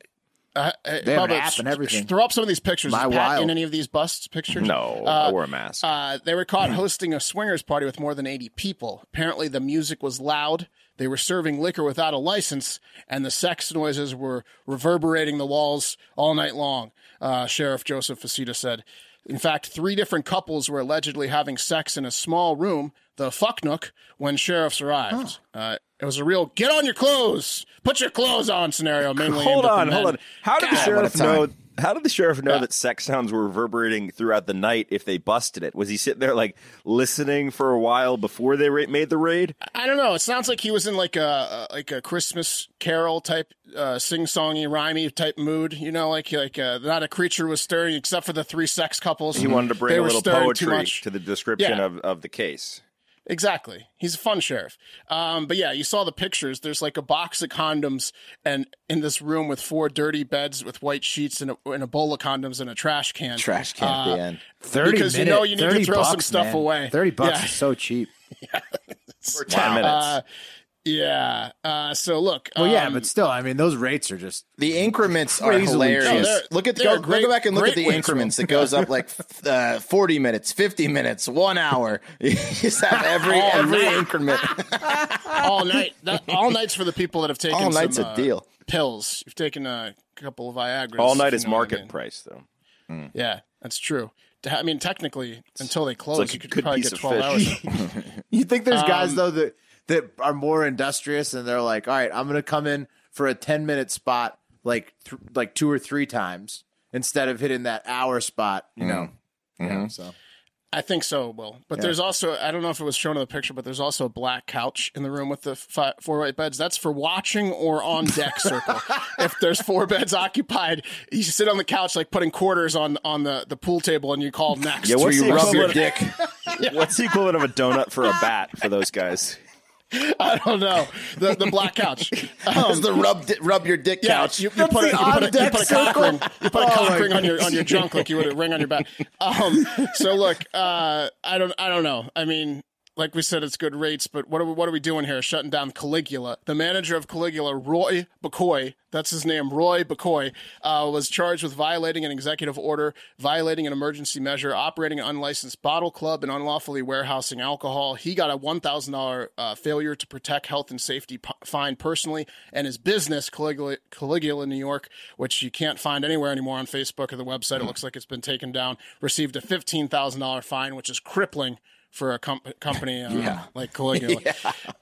Speaker 4: Uh, uh,
Speaker 3: They have an
Speaker 4: Bubba,
Speaker 3: app
Speaker 4: sh-
Speaker 3: and everything.
Speaker 4: sh- Throw up some of these pictures.
Speaker 3: My
Speaker 4: Is Pat
Speaker 3: wild.
Speaker 4: in any of these busts pictures?
Speaker 5: No, I
Speaker 4: Uh,
Speaker 5: wore a mask.
Speaker 4: uh, they were caught hosting a swingers party with more than 80 people. Apparently, the music was loud. They were serving liquor without a license, and the sex noises were reverberating the walls all night long, uh, Sheriff Joseph Facita said. In fact, three different couples were allegedly having sex in a small room, the fuck nook, when sheriffs arrived. Uh, it was a real get on your clothes, put your clothes on scenario, mainly. aimed at
Speaker 5: hold
Speaker 4: the
Speaker 5: on, hold
Speaker 4: men.
Speaker 5: on. How did the
Speaker 7: God, what a
Speaker 5: sheriff know?
Speaker 7: time.
Speaker 5: How did the sheriff know that sex sounds were reverberating throughout the night if they busted it? Was he sitting there like listening for a while before they ra- made the raid?
Speaker 4: I don't know. It sounds like he was in like a a- like a Christmas Carol type, uh, sing-songy, rhymey type mood. You know, like like uh, not a creature was stirring except for the three sex couples.
Speaker 5: He wanted to bring
Speaker 4: They
Speaker 5: a
Speaker 4: were
Speaker 5: little
Speaker 4: stirring too
Speaker 5: poetry
Speaker 4: much.
Speaker 5: to the description
Speaker 4: Yeah.
Speaker 5: of, of the case.
Speaker 4: Exactly. He's a fun sheriff. Um, but yeah, you saw the pictures. There's like a box of condoms and in this room with four dirty beds with white sheets and a, and a bowl of condoms and a trash can.
Speaker 7: Trash can at
Speaker 5: Uh,
Speaker 7: the end.
Speaker 3: Thirty
Speaker 4: Because you
Speaker 3: minute-
Speaker 4: know you need to
Speaker 3: 30
Speaker 4: throw some
Speaker 3: bucks,
Speaker 4: stuff
Speaker 3: man.
Speaker 4: away.
Speaker 3: Thirty bucks
Speaker 4: Yeah.
Speaker 3: is so cheap.
Speaker 5: For ten minutes.
Speaker 4: Uh, yeah. Uh, so look.
Speaker 3: Well, yeah,
Speaker 4: um,
Speaker 3: but still, I mean, those rates are just
Speaker 7: The increments are
Speaker 3: Crazily cheap.
Speaker 7: hilarious.
Speaker 4: No, Oh, they're-
Speaker 7: look at the,
Speaker 4: they're
Speaker 7: go,
Speaker 4: great-
Speaker 7: go back and look at
Speaker 4: great
Speaker 7: the
Speaker 4: ways.
Speaker 7: increments. It goes up like f- uh, forty minutes, fifty minutes, one hour. you just have every
Speaker 4: All
Speaker 7: every
Speaker 4: night.
Speaker 7: increment.
Speaker 4: all night. That, all night's for the people that have taken
Speaker 7: All
Speaker 4: some,
Speaker 7: night's a
Speaker 4: uh,
Speaker 7: deal.
Speaker 4: pills. You've taken a couple of Viagra.
Speaker 5: All night is market price, though.
Speaker 4: Yeah, that's true. To ha- I mean, technically, until they close,
Speaker 5: like a
Speaker 4: you could
Speaker 5: good
Speaker 4: probably
Speaker 5: piece
Speaker 4: get
Speaker 5: of
Speaker 4: twelve
Speaker 5: fish.
Speaker 4: hours.
Speaker 3: You think there's
Speaker 7: Um,
Speaker 3: guys though that that are more industrious and they're like, all right, I'm gonna come in for a 10 minute spot like th- like two or three times instead of hitting that hour spot,
Speaker 7: Mm.
Speaker 3: you know.
Speaker 7: Mm-hmm.
Speaker 3: Yeah, so
Speaker 4: I think so. Will, but there's also I don't know if it was shown in the picture, but there's also a black couch in the room with the fi- four white beds. That's for watching or on deck circle. if there's four beds occupied, you sit on the couch like putting quarters on on the the pool table, and you call next.
Speaker 5: Yeah,
Speaker 7: Where
Speaker 5: what's
Speaker 7: you
Speaker 5: the
Speaker 7: rub your
Speaker 5: equivalent?
Speaker 7: dick.
Speaker 5: What's the equivalent of a donut for a bat for those guys?
Speaker 4: I don't know the the black couch.
Speaker 7: It's the rub di- rub your dick
Speaker 4: Yeah,
Speaker 7: couch.
Speaker 4: You, you, put a, you, put a, you
Speaker 3: on-deck
Speaker 4: put a cock
Speaker 3: circle.
Speaker 4: ring, you put a
Speaker 3: Oh
Speaker 4: cock
Speaker 3: my
Speaker 4: ring on your on your junk like you would a ring on your back. Um, so look, uh, I don't I don't know. I mean, like we said, it's good rates, but what are we, what are we doing here? Shutting down Caligula. The manager of Caligula, Roy McCoy, that's his name, Roy McCoy, uh, was charged with violating an executive order, violating an emergency measure, operating an unlicensed bottle club, and unlawfully warehousing alcohol. He got a $1,000 uh, failure to protect health and safety p- fine personally, and his business, Caligula, Caligula, New York, which you can't find anywhere anymore on Facebook or the website. It
Speaker 3: Hmm.
Speaker 4: looks like it's been taken down, received a $15,000 fine, which is crippling for a com- company uh, like Caligula.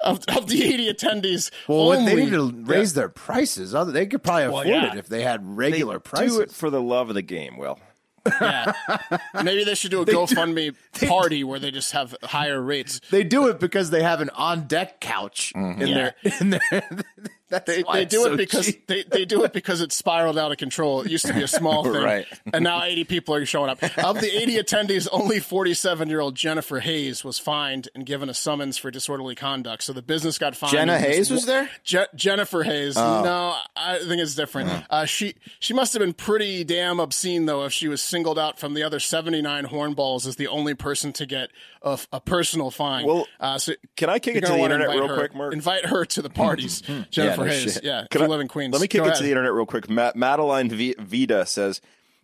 Speaker 4: Of, of the 80 attendees,
Speaker 3: Well, what they
Speaker 4: only-
Speaker 3: need to raise their prices. Other they could probably afford
Speaker 4: yeah.
Speaker 3: it if they had regular prices.
Speaker 5: Do it for the love of the game, Will.
Speaker 4: Yeah. Maybe they should do a GoFundMe party where they just have higher rates.
Speaker 3: They do it because they have an on deck couch
Speaker 7: Mm-hmm.
Speaker 3: in
Speaker 4: Yeah.
Speaker 3: their in their. That's
Speaker 4: They,
Speaker 3: why
Speaker 4: they
Speaker 3: it's
Speaker 4: do
Speaker 3: so
Speaker 4: it because
Speaker 3: cheap.
Speaker 4: they, they do it because it spiraled out of control. It used to be a small thing,
Speaker 5: Right.
Speaker 4: and now eighty people are showing up. Of the eighty attendees, only forty-seven year old Jennifer Hayes was fined and given a summons for disorderly conduct. So the business got fined.
Speaker 7: Jenna
Speaker 4: and this
Speaker 7: Hayes was
Speaker 4: wo-
Speaker 7: there?
Speaker 4: Je- Jennifer Hayes.
Speaker 5: Oh.
Speaker 4: No, I think it's different.
Speaker 5: Hmm.
Speaker 4: Uh, she she must have been pretty damn obscene though if she was singled out from the other seventy nine hornballs as the only person to get a, f- a personal fine.
Speaker 5: Well,
Speaker 4: uh, so
Speaker 5: Can I kick
Speaker 4: you're
Speaker 5: it to
Speaker 4: gonna
Speaker 5: the
Speaker 4: wanna
Speaker 5: internet
Speaker 4: invite
Speaker 5: real
Speaker 4: her-
Speaker 5: quick, Mark? Hmm.
Speaker 4: Invite her to the parties, Jennifer
Speaker 7: no
Speaker 4: Hayes.
Speaker 7: shit.
Speaker 4: Yeah, if
Speaker 5: Can I-
Speaker 4: you live in Queens.
Speaker 5: Let me kick
Speaker 4: Go
Speaker 5: it
Speaker 4: ahead.
Speaker 5: to the internet real quick. Ma- Madeline v- Vida says,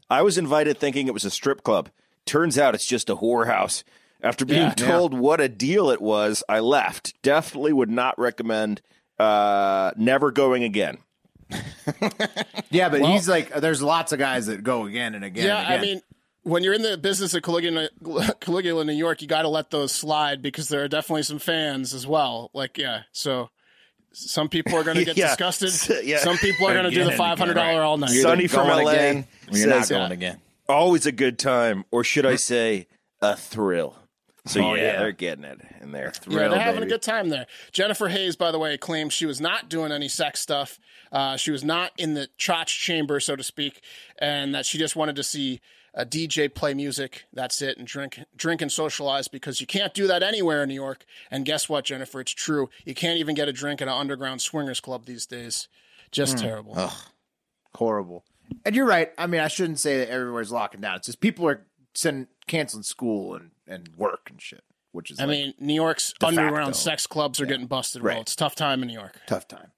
Speaker 5: "I was invited thinking it was a strip club. Turns out it's just a whorehouse. After being
Speaker 4: Yeah.
Speaker 5: told what a deal it was, I left. Definitely would not recommend. Uh, never going again.
Speaker 3: yeah, but he's like, there's lots of guys that go again and again.
Speaker 4: Yeah,
Speaker 3: and again.
Speaker 4: I mean, when you're in the business of Caligula, Caligula, New York, you got to let those slide because there are definitely some fans as well. Like, yeah, so some people are going to get
Speaker 5: Yeah.
Speaker 4: disgusted.
Speaker 5: Yeah.
Speaker 4: Some people are going to do the five hundred dollar all night.
Speaker 5: Sonny
Speaker 7: Going
Speaker 5: from LA
Speaker 7: again, or you're not
Speaker 5: says,
Speaker 7: going again.
Speaker 5: Always a good time, or should I say, a thrill." So yeah,
Speaker 7: yeah.
Speaker 5: they're getting it, and they're thrilled.
Speaker 4: Oh, Yeah, they're having
Speaker 5: baby.
Speaker 4: a good time there. Jennifer Hayes, by the way, claims she was not doing any sex stuff. Uh, she was not in the Trotch chamber, so to speak, and that she just wanted to see a DJ play music. That's it, and drink, drink and socialize because you can't do that anywhere in New York. And guess what, Jennifer? It's true. You can't even get a drink at an underground swingers club these days. Just
Speaker 3: Hmm.
Speaker 4: terrible.
Speaker 3: horrible. And you're right. I mean, I shouldn't say that everywhere's locking down. It's just people are sending canceling school and and work and shit, which is
Speaker 4: I
Speaker 3: like,
Speaker 4: mean, New York's
Speaker 3: facto.
Speaker 4: underground sex clubs are getting busted. Well,
Speaker 3: Right.
Speaker 4: it's a tough time in New York.
Speaker 3: tough time.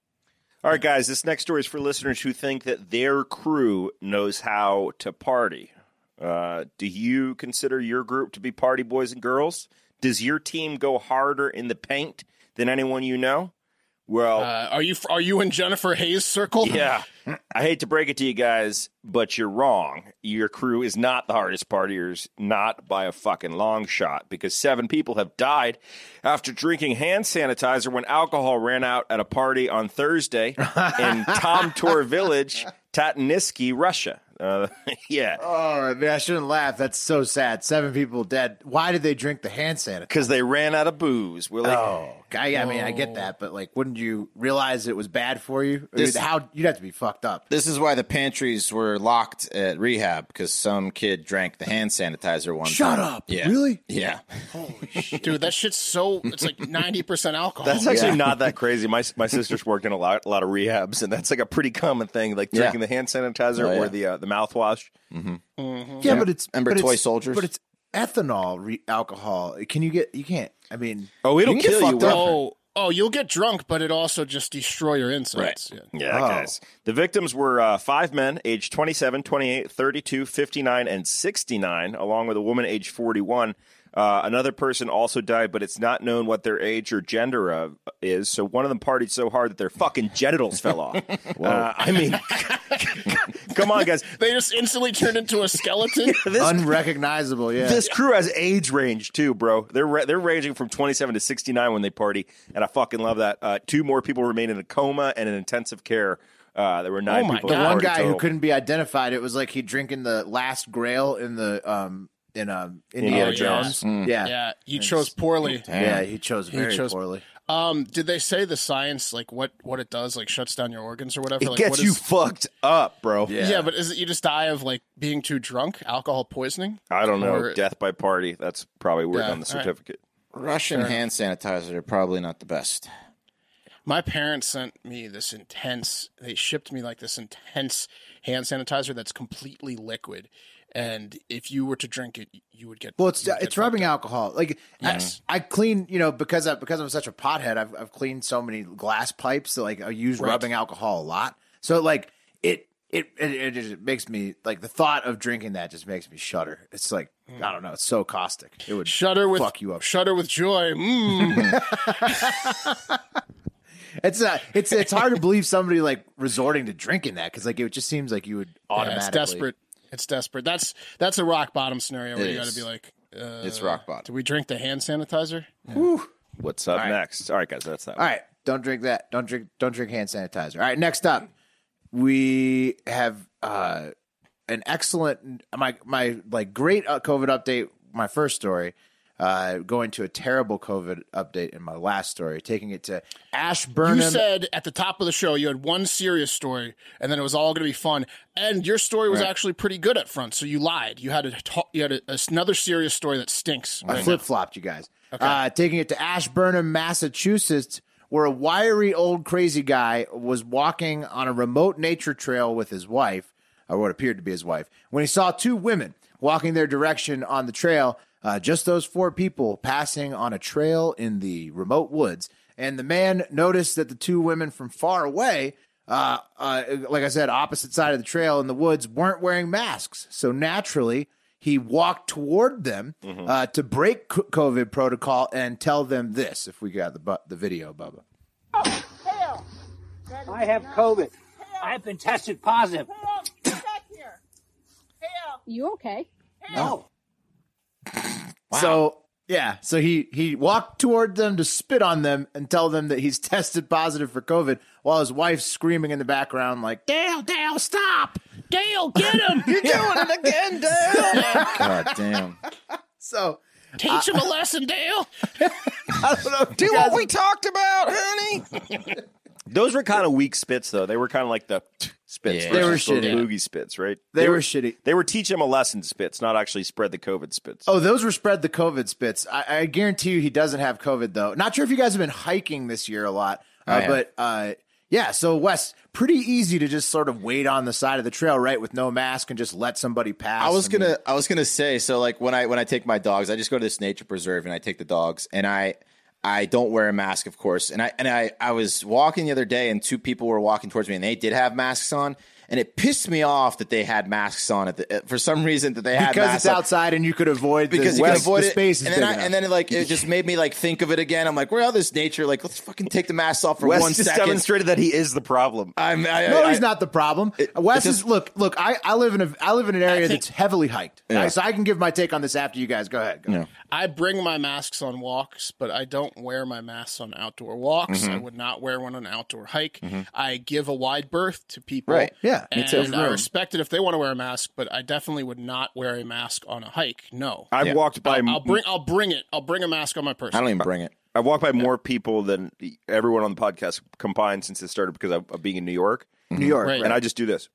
Speaker 5: All right, guys, this next story is for listeners who think that their crew knows how to party. Uh, do you consider your group to be party boys and girls? Does your team go harder in the paint than anyone you know? Well,
Speaker 4: Uh, are you are you in Jennifer Hayes' circle?
Speaker 5: yeah. I hate to break it to you guys, but you're wrong. Your crew is not the hardest partiers, not by a fucking long shot, because seven people have died after drinking hand sanitizer when alcohol ran out at a party on Thursday in Tomtor Village, Tatniski, Russia. Uh, yeah,
Speaker 3: Oh, man, I shouldn't laugh. That's so sad. Seven people dead. Why did they drink the hand sanitizer?
Speaker 5: because they ran out of booze. We're like,
Speaker 3: Oh, I, I mean, I get that, but like, wouldn't you realize it was bad for you? Or
Speaker 7: This-
Speaker 3: you'd- how you'd have to be fucked up.
Speaker 7: This is why the pantries were locked at rehab because some kid drank the hand sanitizer one
Speaker 3: Shut
Speaker 7: time.
Speaker 3: up.
Speaker 7: Yeah.
Speaker 3: Really?
Speaker 7: Yeah.
Speaker 4: Dude, that shit's so it's like ninety percent alcohol.
Speaker 5: That's actually not that crazy. My my sister's worked in a lot, a lot of rehabs, and that's like a pretty common thing, like
Speaker 7: Yeah.
Speaker 5: drinking the hand sanitizer
Speaker 7: Oh, yeah.
Speaker 5: or the uh, the mouthwash.
Speaker 3: Yeah, but it's
Speaker 7: Remember
Speaker 3: but
Speaker 7: toy
Speaker 3: it's-
Speaker 7: soldiers?
Speaker 3: But it's ethanol re- alcohol. Can you get? You can't. I mean,
Speaker 5: Oh, it'll
Speaker 7: You can get
Speaker 5: kill you.
Speaker 7: fucked up.
Speaker 5: Will.
Speaker 4: oh, oh, you'll get drunk, but it also just destroy your insides. Yeah.
Speaker 5: Yeah, guys. The victims were uh, five men aged 27, 28, 32, 59, and 69, along with a woman aged 41. Uh, another person also died, but it's not known what their age or gender of, is. So one of them partied so hard that their fucking genitals fell off. Uh, I mean, come on, guys.
Speaker 4: They just instantly turned into a skeleton.
Speaker 5: This
Speaker 3: unrecognizable. Yeah.
Speaker 5: This crew has age range too, bro. They're ra- they're ranging from 27 to 69 when they party, and I fucking love that. Uh, two more people remain in a coma and in intensive care. Uh, there were nine
Speaker 4: Oh my
Speaker 5: people.
Speaker 4: God.
Speaker 5: at
Speaker 4: The
Speaker 3: one
Speaker 5: party
Speaker 3: guy who
Speaker 5: total.
Speaker 3: couldn't be identified. It was like he drinking the last Grail in the um in um Indiana
Speaker 5: Indiana
Speaker 3: Jones.
Speaker 5: Jones. Mm.
Speaker 3: Yeah. yeah,
Speaker 4: Oh, yeah, you chose poorly.
Speaker 3: He chose very
Speaker 4: chose-
Speaker 3: poorly.
Speaker 4: Um, did they say the science like what what it does, like shuts down your organs or whatever?
Speaker 5: It
Speaker 4: like,
Speaker 5: gets
Speaker 4: what
Speaker 5: you
Speaker 4: is-
Speaker 5: fucked up, bro.
Speaker 4: yeah. but is it you just die of like being too drunk, alcohol poisoning?
Speaker 5: I don't know.
Speaker 4: Or-
Speaker 5: Death by party. That's probably worth
Speaker 4: Yeah,
Speaker 5: on the
Speaker 4: all right.
Speaker 5: certificate.
Speaker 7: Russian hand sanitizer, probably not the best.
Speaker 4: my parents sent me this intense they shipped me like this intense hand sanitizer that's completely liquid and if you were to drink it you would get
Speaker 3: Well, it's
Speaker 4: you would
Speaker 3: it's
Speaker 4: get
Speaker 3: rubbing alcohol. Like I-
Speaker 4: Yes.
Speaker 3: I, clean, you know, because I because I'm such a pothead, I've I've cleaned so many glass pipes that like I use rubbing alcohol a lot. So like it it it, it just makes me like the thought of drinking that just makes me shudder. It's like
Speaker 4: Mm.
Speaker 3: I don't know, it's so caustic. It would
Speaker 4: shudder with
Speaker 3: fuck you up.
Speaker 4: shudder with joy mm.
Speaker 3: It's uh, it's it's hard to believe somebody like resorting to drinking that because like it just seems like you would
Speaker 4: Yeah,
Speaker 3: automatically.
Speaker 4: it's desperate it's desperate that's that's a rock bottom scenario where you got to
Speaker 7: is.
Speaker 4: be like uh,
Speaker 7: It's rock bottom.
Speaker 4: do we drink the hand sanitizer
Speaker 5: What's up next? All right, guys, that's that.
Speaker 3: All right, don't drink that. Don't drink. Don't drink hand sanitizer. All right, next up, we have uh, an excellent my my like great uh, COVID update. My first story, uh, going to a terrible COVID update in my last story, taking it to Ash Burnham.
Speaker 4: You said at the top of the show you had one serious story, and then it was all going to be fun. And your story was actually pretty good up front, so you lied. You had a ta- you had a, another serious story that stinks.
Speaker 3: I flip flopped, you guys. Uh, taking it to Ashburnham, Massachusetts, where a wiry old crazy guy was walking on a remote nature trail with his wife, or what appeared to be his wife, when he saw two women walking their direction on the trail. Uh, just those four people passing on a trail in the remote woods. And the man noticed that the two women from far away uh, uh, like I said, opposite side of the trail in the woods weren't wearing masks. So naturally, he walked toward them uh, to break c- COVID protocol and tell them this. If we got the bu- the video, Bubba.
Speaker 9: I have COVID. I have been tested positive. You okay? No.
Speaker 3: So yeah, so he he walked toward them to spit on them and tell them that he's tested positive for COVID, while his wife's screaming in the background like "Dale, Dale, stop! Dale, get him! You're doing it again, Dale!"
Speaker 7: God damn.
Speaker 3: so
Speaker 4: Teach him a lesson, Dale.
Speaker 3: I don't know. if you
Speaker 7: Do
Speaker 3: guys-
Speaker 7: what we talked about, honey.
Speaker 5: Those were kind of weak spits, though. They were kind of like the spits.
Speaker 7: Yeah.
Speaker 5: versus
Speaker 3: They were
Speaker 5: the
Speaker 3: shitty.
Speaker 5: Loogie spits, right?
Speaker 3: They were shitty.
Speaker 5: They were teach him a lesson spits, not actually spread the COVID spits.
Speaker 3: Oh, those were spread the COVID spits. I, I guarantee you he doesn't have COVID though. Not sure if you guys have been hiking this year a lot,
Speaker 7: I
Speaker 3: uh,
Speaker 7: have.
Speaker 3: but uh, yeah. So Wes, pretty easy to just sort of wait on the side of the trail, right, with no mask and just let somebody pass.
Speaker 7: I was
Speaker 3: mean,
Speaker 7: gonna I was gonna say so like when I when I take my dogs I just go to this nature preserve and I take the dogs and I I don't wear a mask of course and I and I I was walking the other day and two people were walking towards me and they did have masks on and it pissed me off that they had masks on at the, for some reason that they had
Speaker 3: because
Speaker 7: masks
Speaker 3: it's
Speaker 7: on.
Speaker 3: outside and you could avoid the,
Speaker 7: because you
Speaker 3: Wes,
Speaker 7: can avoid
Speaker 3: the
Speaker 7: it
Speaker 3: space is
Speaker 7: and then
Speaker 3: big
Speaker 7: I,
Speaker 3: enough.
Speaker 7: and then like it just made me like think of it again I'm like where all this nature like let's fucking take the masks off for
Speaker 5: Wes
Speaker 7: one
Speaker 5: just
Speaker 7: second
Speaker 5: demonstrated that he is the problem.
Speaker 7: I'm I,
Speaker 3: no,
Speaker 7: I-
Speaker 3: he's not the problem.
Speaker 7: It-
Speaker 3: Wes
Speaker 7: it just-
Speaker 3: is look, look. I, I live in a I live in an area that's heavily hiked,
Speaker 7: Yeah.
Speaker 3: so I can give my take on this after you guys. Go ahead. Go ahead.
Speaker 4: I bring my masks on walks, but I don't wear my masks on outdoor walks. I
Speaker 3: Mm-hmm.
Speaker 4: would not wear one on an outdoor hike. I give a wide berth to people.
Speaker 7: Right.
Speaker 3: Yeah, me
Speaker 4: And
Speaker 3: too. Mm-hmm.
Speaker 4: I
Speaker 3: Room.
Speaker 4: respect it if they want to wear a mask, but I definitely would not wear a mask on a hike. No.
Speaker 5: I've
Speaker 7: Yeah.
Speaker 5: walked by.
Speaker 4: I'll, I'll bring I'll bring it. I'll bring a mask on my person.
Speaker 7: I
Speaker 3: e
Speaker 7: don't even bring it
Speaker 5: I've walked by more people than everyone on the podcast combined since it started because of, of being in New York.
Speaker 3: New York,
Speaker 4: Right.
Speaker 3: Mm-hmm. right.
Speaker 5: and I just do this.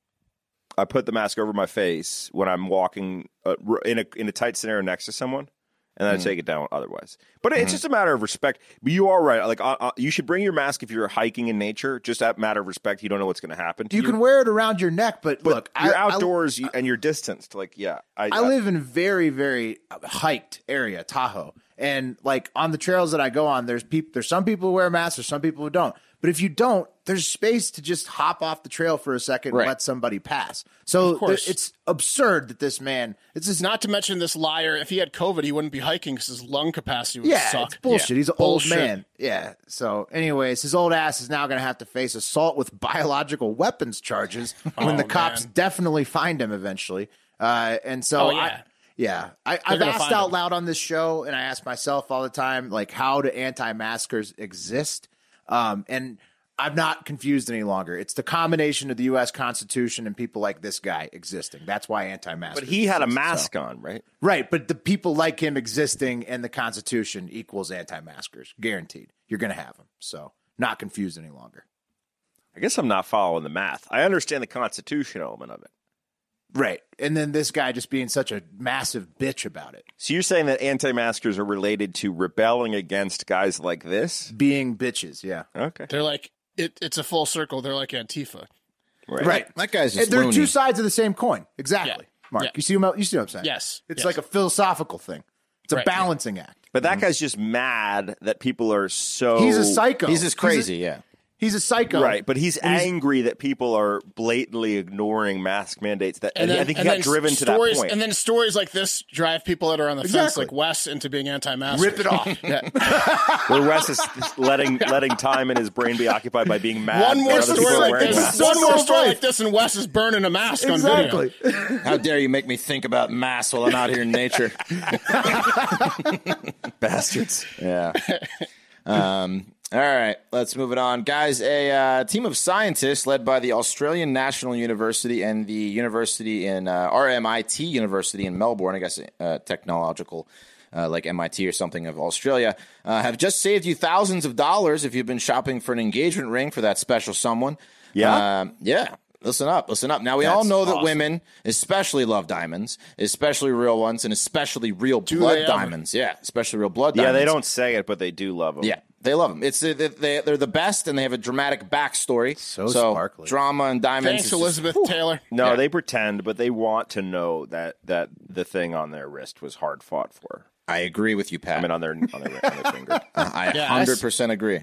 Speaker 5: I put the mask over my face when I'm walking uh, r- in a in a tight scenario next to someone, and
Speaker 3: Mm.
Speaker 5: then I take it down otherwise. But
Speaker 3: Mm-hmm.
Speaker 5: it's just a matter of respect. But you are right. Like uh, uh, you should bring your mask if you're hiking in nature. Just that matter of respect. You don't know what's going to happen. to
Speaker 3: you
Speaker 5: you
Speaker 3: can wear it around your neck, but,
Speaker 5: But
Speaker 3: look,
Speaker 5: you're
Speaker 3: I, I-
Speaker 5: outdoors you, and you're distanced. Like yeah, I,
Speaker 3: I live in very very hiked area, Tahoe, and like on the trails that I go on, there's people. There's some people who wear masks, there's some people who don't. But if you don't, there's space to just hop off the trail for a second
Speaker 7: Right.
Speaker 3: and let somebody pass. So there,
Speaker 4: course.
Speaker 3: it's absurd that this man. It's just
Speaker 4: Not to mention this liar. If he had COVID, he wouldn't be hiking because his lung capacity would
Speaker 3: Yeah,
Speaker 4: suck.
Speaker 3: it's bullshit. He's an
Speaker 4: Bullshit.
Speaker 3: old man. Yeah. So, anyways, his old ass is now going to have to face assault with biological weapons charges when the cops
Speaker 4: Oh, man.
Speaker 3: definitely find him eventually. Uh, and so,
Speaker 4: Oh,
Speaker 3: I,
Speaker 4: yeah.
Speaker 3: yeah, I, I've
Speaker 4: gonna
Speaker 3: asked
Speaker 4: find
Speaker 3: out
Speaker 4: him.
Speaker 3: loud on this show, and I ask myself all the time, like, how do anti-maskers exist? Um, and I'm not confused any longer. It's the combination of the U.S. Constitution and people like this guy existing. That's why anti-maskers.
Speaker 5: But he had a
Speaker 3: exist, so.
Speaker 5: mask on, right?
Speaker 3: Right, but the people like him existing and the Constitution equals anti-maskers, guaranteed. You're going to have them, so not confused any longer.
Speaker 5: I guess I'm not following the math. I understand the constitution element of it.
Speaker 3: Right. And then this guy just being such a massive bitch about it,
Speaker 5: So you're saying that anti-maskers are related to rebelling against guys like this?
Speaker 3: being bitches. Yeah.
Speaker 5: Okay.
Speaker 4: They're like, it, it's a full circle. They're like Antifa.
Speaker 5: Right.
Speaker 7: That guy's
Speaker 3: And
Speaker 7: just
Speaker 3: They're
Speaker 7: loony.
Speaker 3: two sides of the same coin. Exactly.
Speaker 4: Yeah.
Speaker 3: Mark,
Speaker 4: Yeah.
Speaker 3: you see what, you see what I'm saying?
Speaker 4: Yes.
Speaker 3: It's
Speaker 4: Yes.
Speaker 3: like a philosophical thing. It's a
Speaker 4: Right.
Speaker 3: balancing act.
Speaker 5: But
Speaker 4: Mm-hmm.
Speaker 5: that guy's just mad that people are so
Speaker 3: He's a psycho.
Speaker 7: Oh, He's just crazy, yeah.
Speaker 3: He's a psycho.
Speaker 5: Right, but he's
Speaker 3: he's-
Speaker 5: angry that people are blatantly ignoring mask mandates. That and I think he
Speaker 4: and
Speaker 5: got driven to that
Speaker 4: stories-
Speaker 5: point.
Speaker 4: And then stories like this drive people that are on the fence,
Speaker 3: Exactly.
Speaker 4: like Wes, into being anti-mask.
Speaker 3: Rip it off.
Speaker 4: Yeah.
Speaker 5: where Wes is letting letting time in his brain be occupied by being mad.
Speaker 4: One
Speaker 5: that
Speaker 4: more
Speaker 5: other people
Speaker 4: story
Speaker 5: are
Speaker 4: like
Speaker 5: wearing
Speaker 4: this.
Speaker 5: masks.
Speaker 3: So
Speaker 4: One more
Speaker 3: so
Speaker 4: story
Speaker 3: right.
Speaker 4: like this, and Wes is burning a mask on video.
Speaker 3: Exactly.
Speaker 7: How dare you make me think about mass while I'm out here in nature?
Speaker 5: Bastards.
Speaker 7: Yeah. Um, all right, let's move it on, guys. A uh, team of scientists led by the Australian National University and the University in uh, RMIT University in Melbourne, I guess uh, technological. Uh, like MIT or something of Australia, uh, have just saved you thousands of dollars if you've been shopping for an engagement ring for that special someone.
Speaker 5: Yeah?
Speaker 7: Um, yeah. Listen up, listen up. Now, we all
Speaker 5: That's
Speaker 7: know that
Speaker 5: awesome.
Speaker 7: women especially love diamonds, especially real ones, and especially real blood
Speaker 4: ever?
Speaker 7: diamonds. Yeah, especially real blood
Speaker 5: Yeah,
Speaker 7: diamonds.
Speaker 5: they don't say it, but they do love him.
Speaker 7: Yeah, they love them. It's uh, they, they, they're the best, and they have a dramatic backstory. So,
Speaker 3: sparkly.
Speaker 7: drama and diamonds.
Speaker 4: Thanks,
Speaker 7: is just-
Speaker 4: Elizabeth Taylor.
Speaker 5: No, they pretend, but they want to know that that the thing on their wrist was hard fought for.
Speaker 7: I agree with you, Pat.
Speaker 5: I mean, on their on their, on their finger.
Speaker 7: I
Speaker 4: Yeah, I
Speaker 7: hundred percent agree.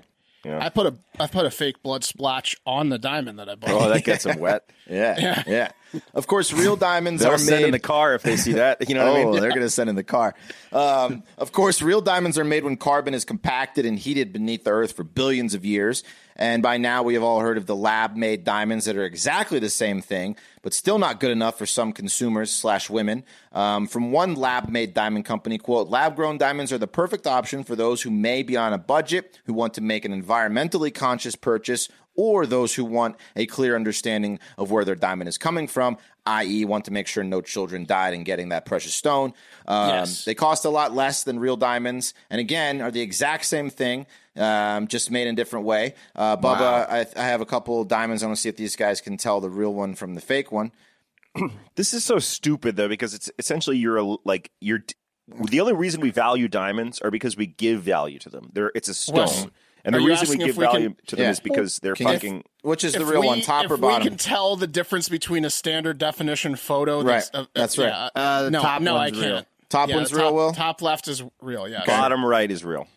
Speaker 4: I put a I put a fake blood splotch on the diamond that I bought.
Speaker 5: Oh, that gets them wet.
Speaker 7: Yeah, yeah. Of course, real diamonds
Speaker 5: They'll
Speaker 7: are
Speaker 5: send
Speaker 7: made
Speaker 5: in the car if they see that. You know what I
Speaker 7: Oh,
Speaker 5: mean?
Speaker 7: they're going to send in the car. Um, of course, real diamonds are made when carbon is compacted and heated beneath the earth for billions of years. And by now, we have all heard of the lab-made diamonds that are exactly the same thing, but still not good enough for some consumers slash women. Um, from one lab-made diamond company, quote: "Lab-grown diamonds are the perfect option for those who may be on a budget, who want to make an environmentally conscious purchase." Or those who want a clear understanding of where their diamond is coming from, i.e., want to make sure no children died in getting that precious stone. Um,
Speaker 4: Yes.
Speaker 7: They cost a lot less than real diamonds, and again, are the exact same thing, um, just made in a different way. Uh, Bubba, I, I have a couple diamonds. I want to see if these guys can tell the real one from the fake one. Oh.
Speaker 5: This is so stupid though, because it's essentially you're a, like you're the only reason we value diamonds are because we give value to them. They're it's a stone,
Speaker 4: Well,
Speaker 5: and the
Speaker 4: are you
Speaker 5: reason we
Speaker 4: asking
Speaker 5: give
Speaker 4: if we
Speaker 5: value
Speaker 4: can-
Speaker 5: to them
Speaker 7: Yeah.
Speaker 5: is because they're
Speaker 7: Can you-
Speaker 5: fucking.
Speaker 7: which is the
Speaker 4: If
Speaker 7: real
Speaker 4: we-
Speaker 7: one, top
Speaker 4: if
Speaker 7: or bottom?
Speaker 4: We can tell the difference between a standard definition photo. That's,
Speaker 7: Right. That's right.
Speaker 4: yeah.
Speaker 3: Uh, the
Speaker 4: no,
Speaker 3: top
Speaker 4: no, I
Speaker 3: one's
Speaker 4: can't.
Speaker 3: real.
Speaker 7: Top
Speaker 4: Yeah,
Speaker 7: one's
Speaker 4: the
Speaker 7: real,
Speaker 4: top-
Speaker 7: Will?
Speaker 4: Top left is real. Yeah.
Speaker 5: Bottom right is real.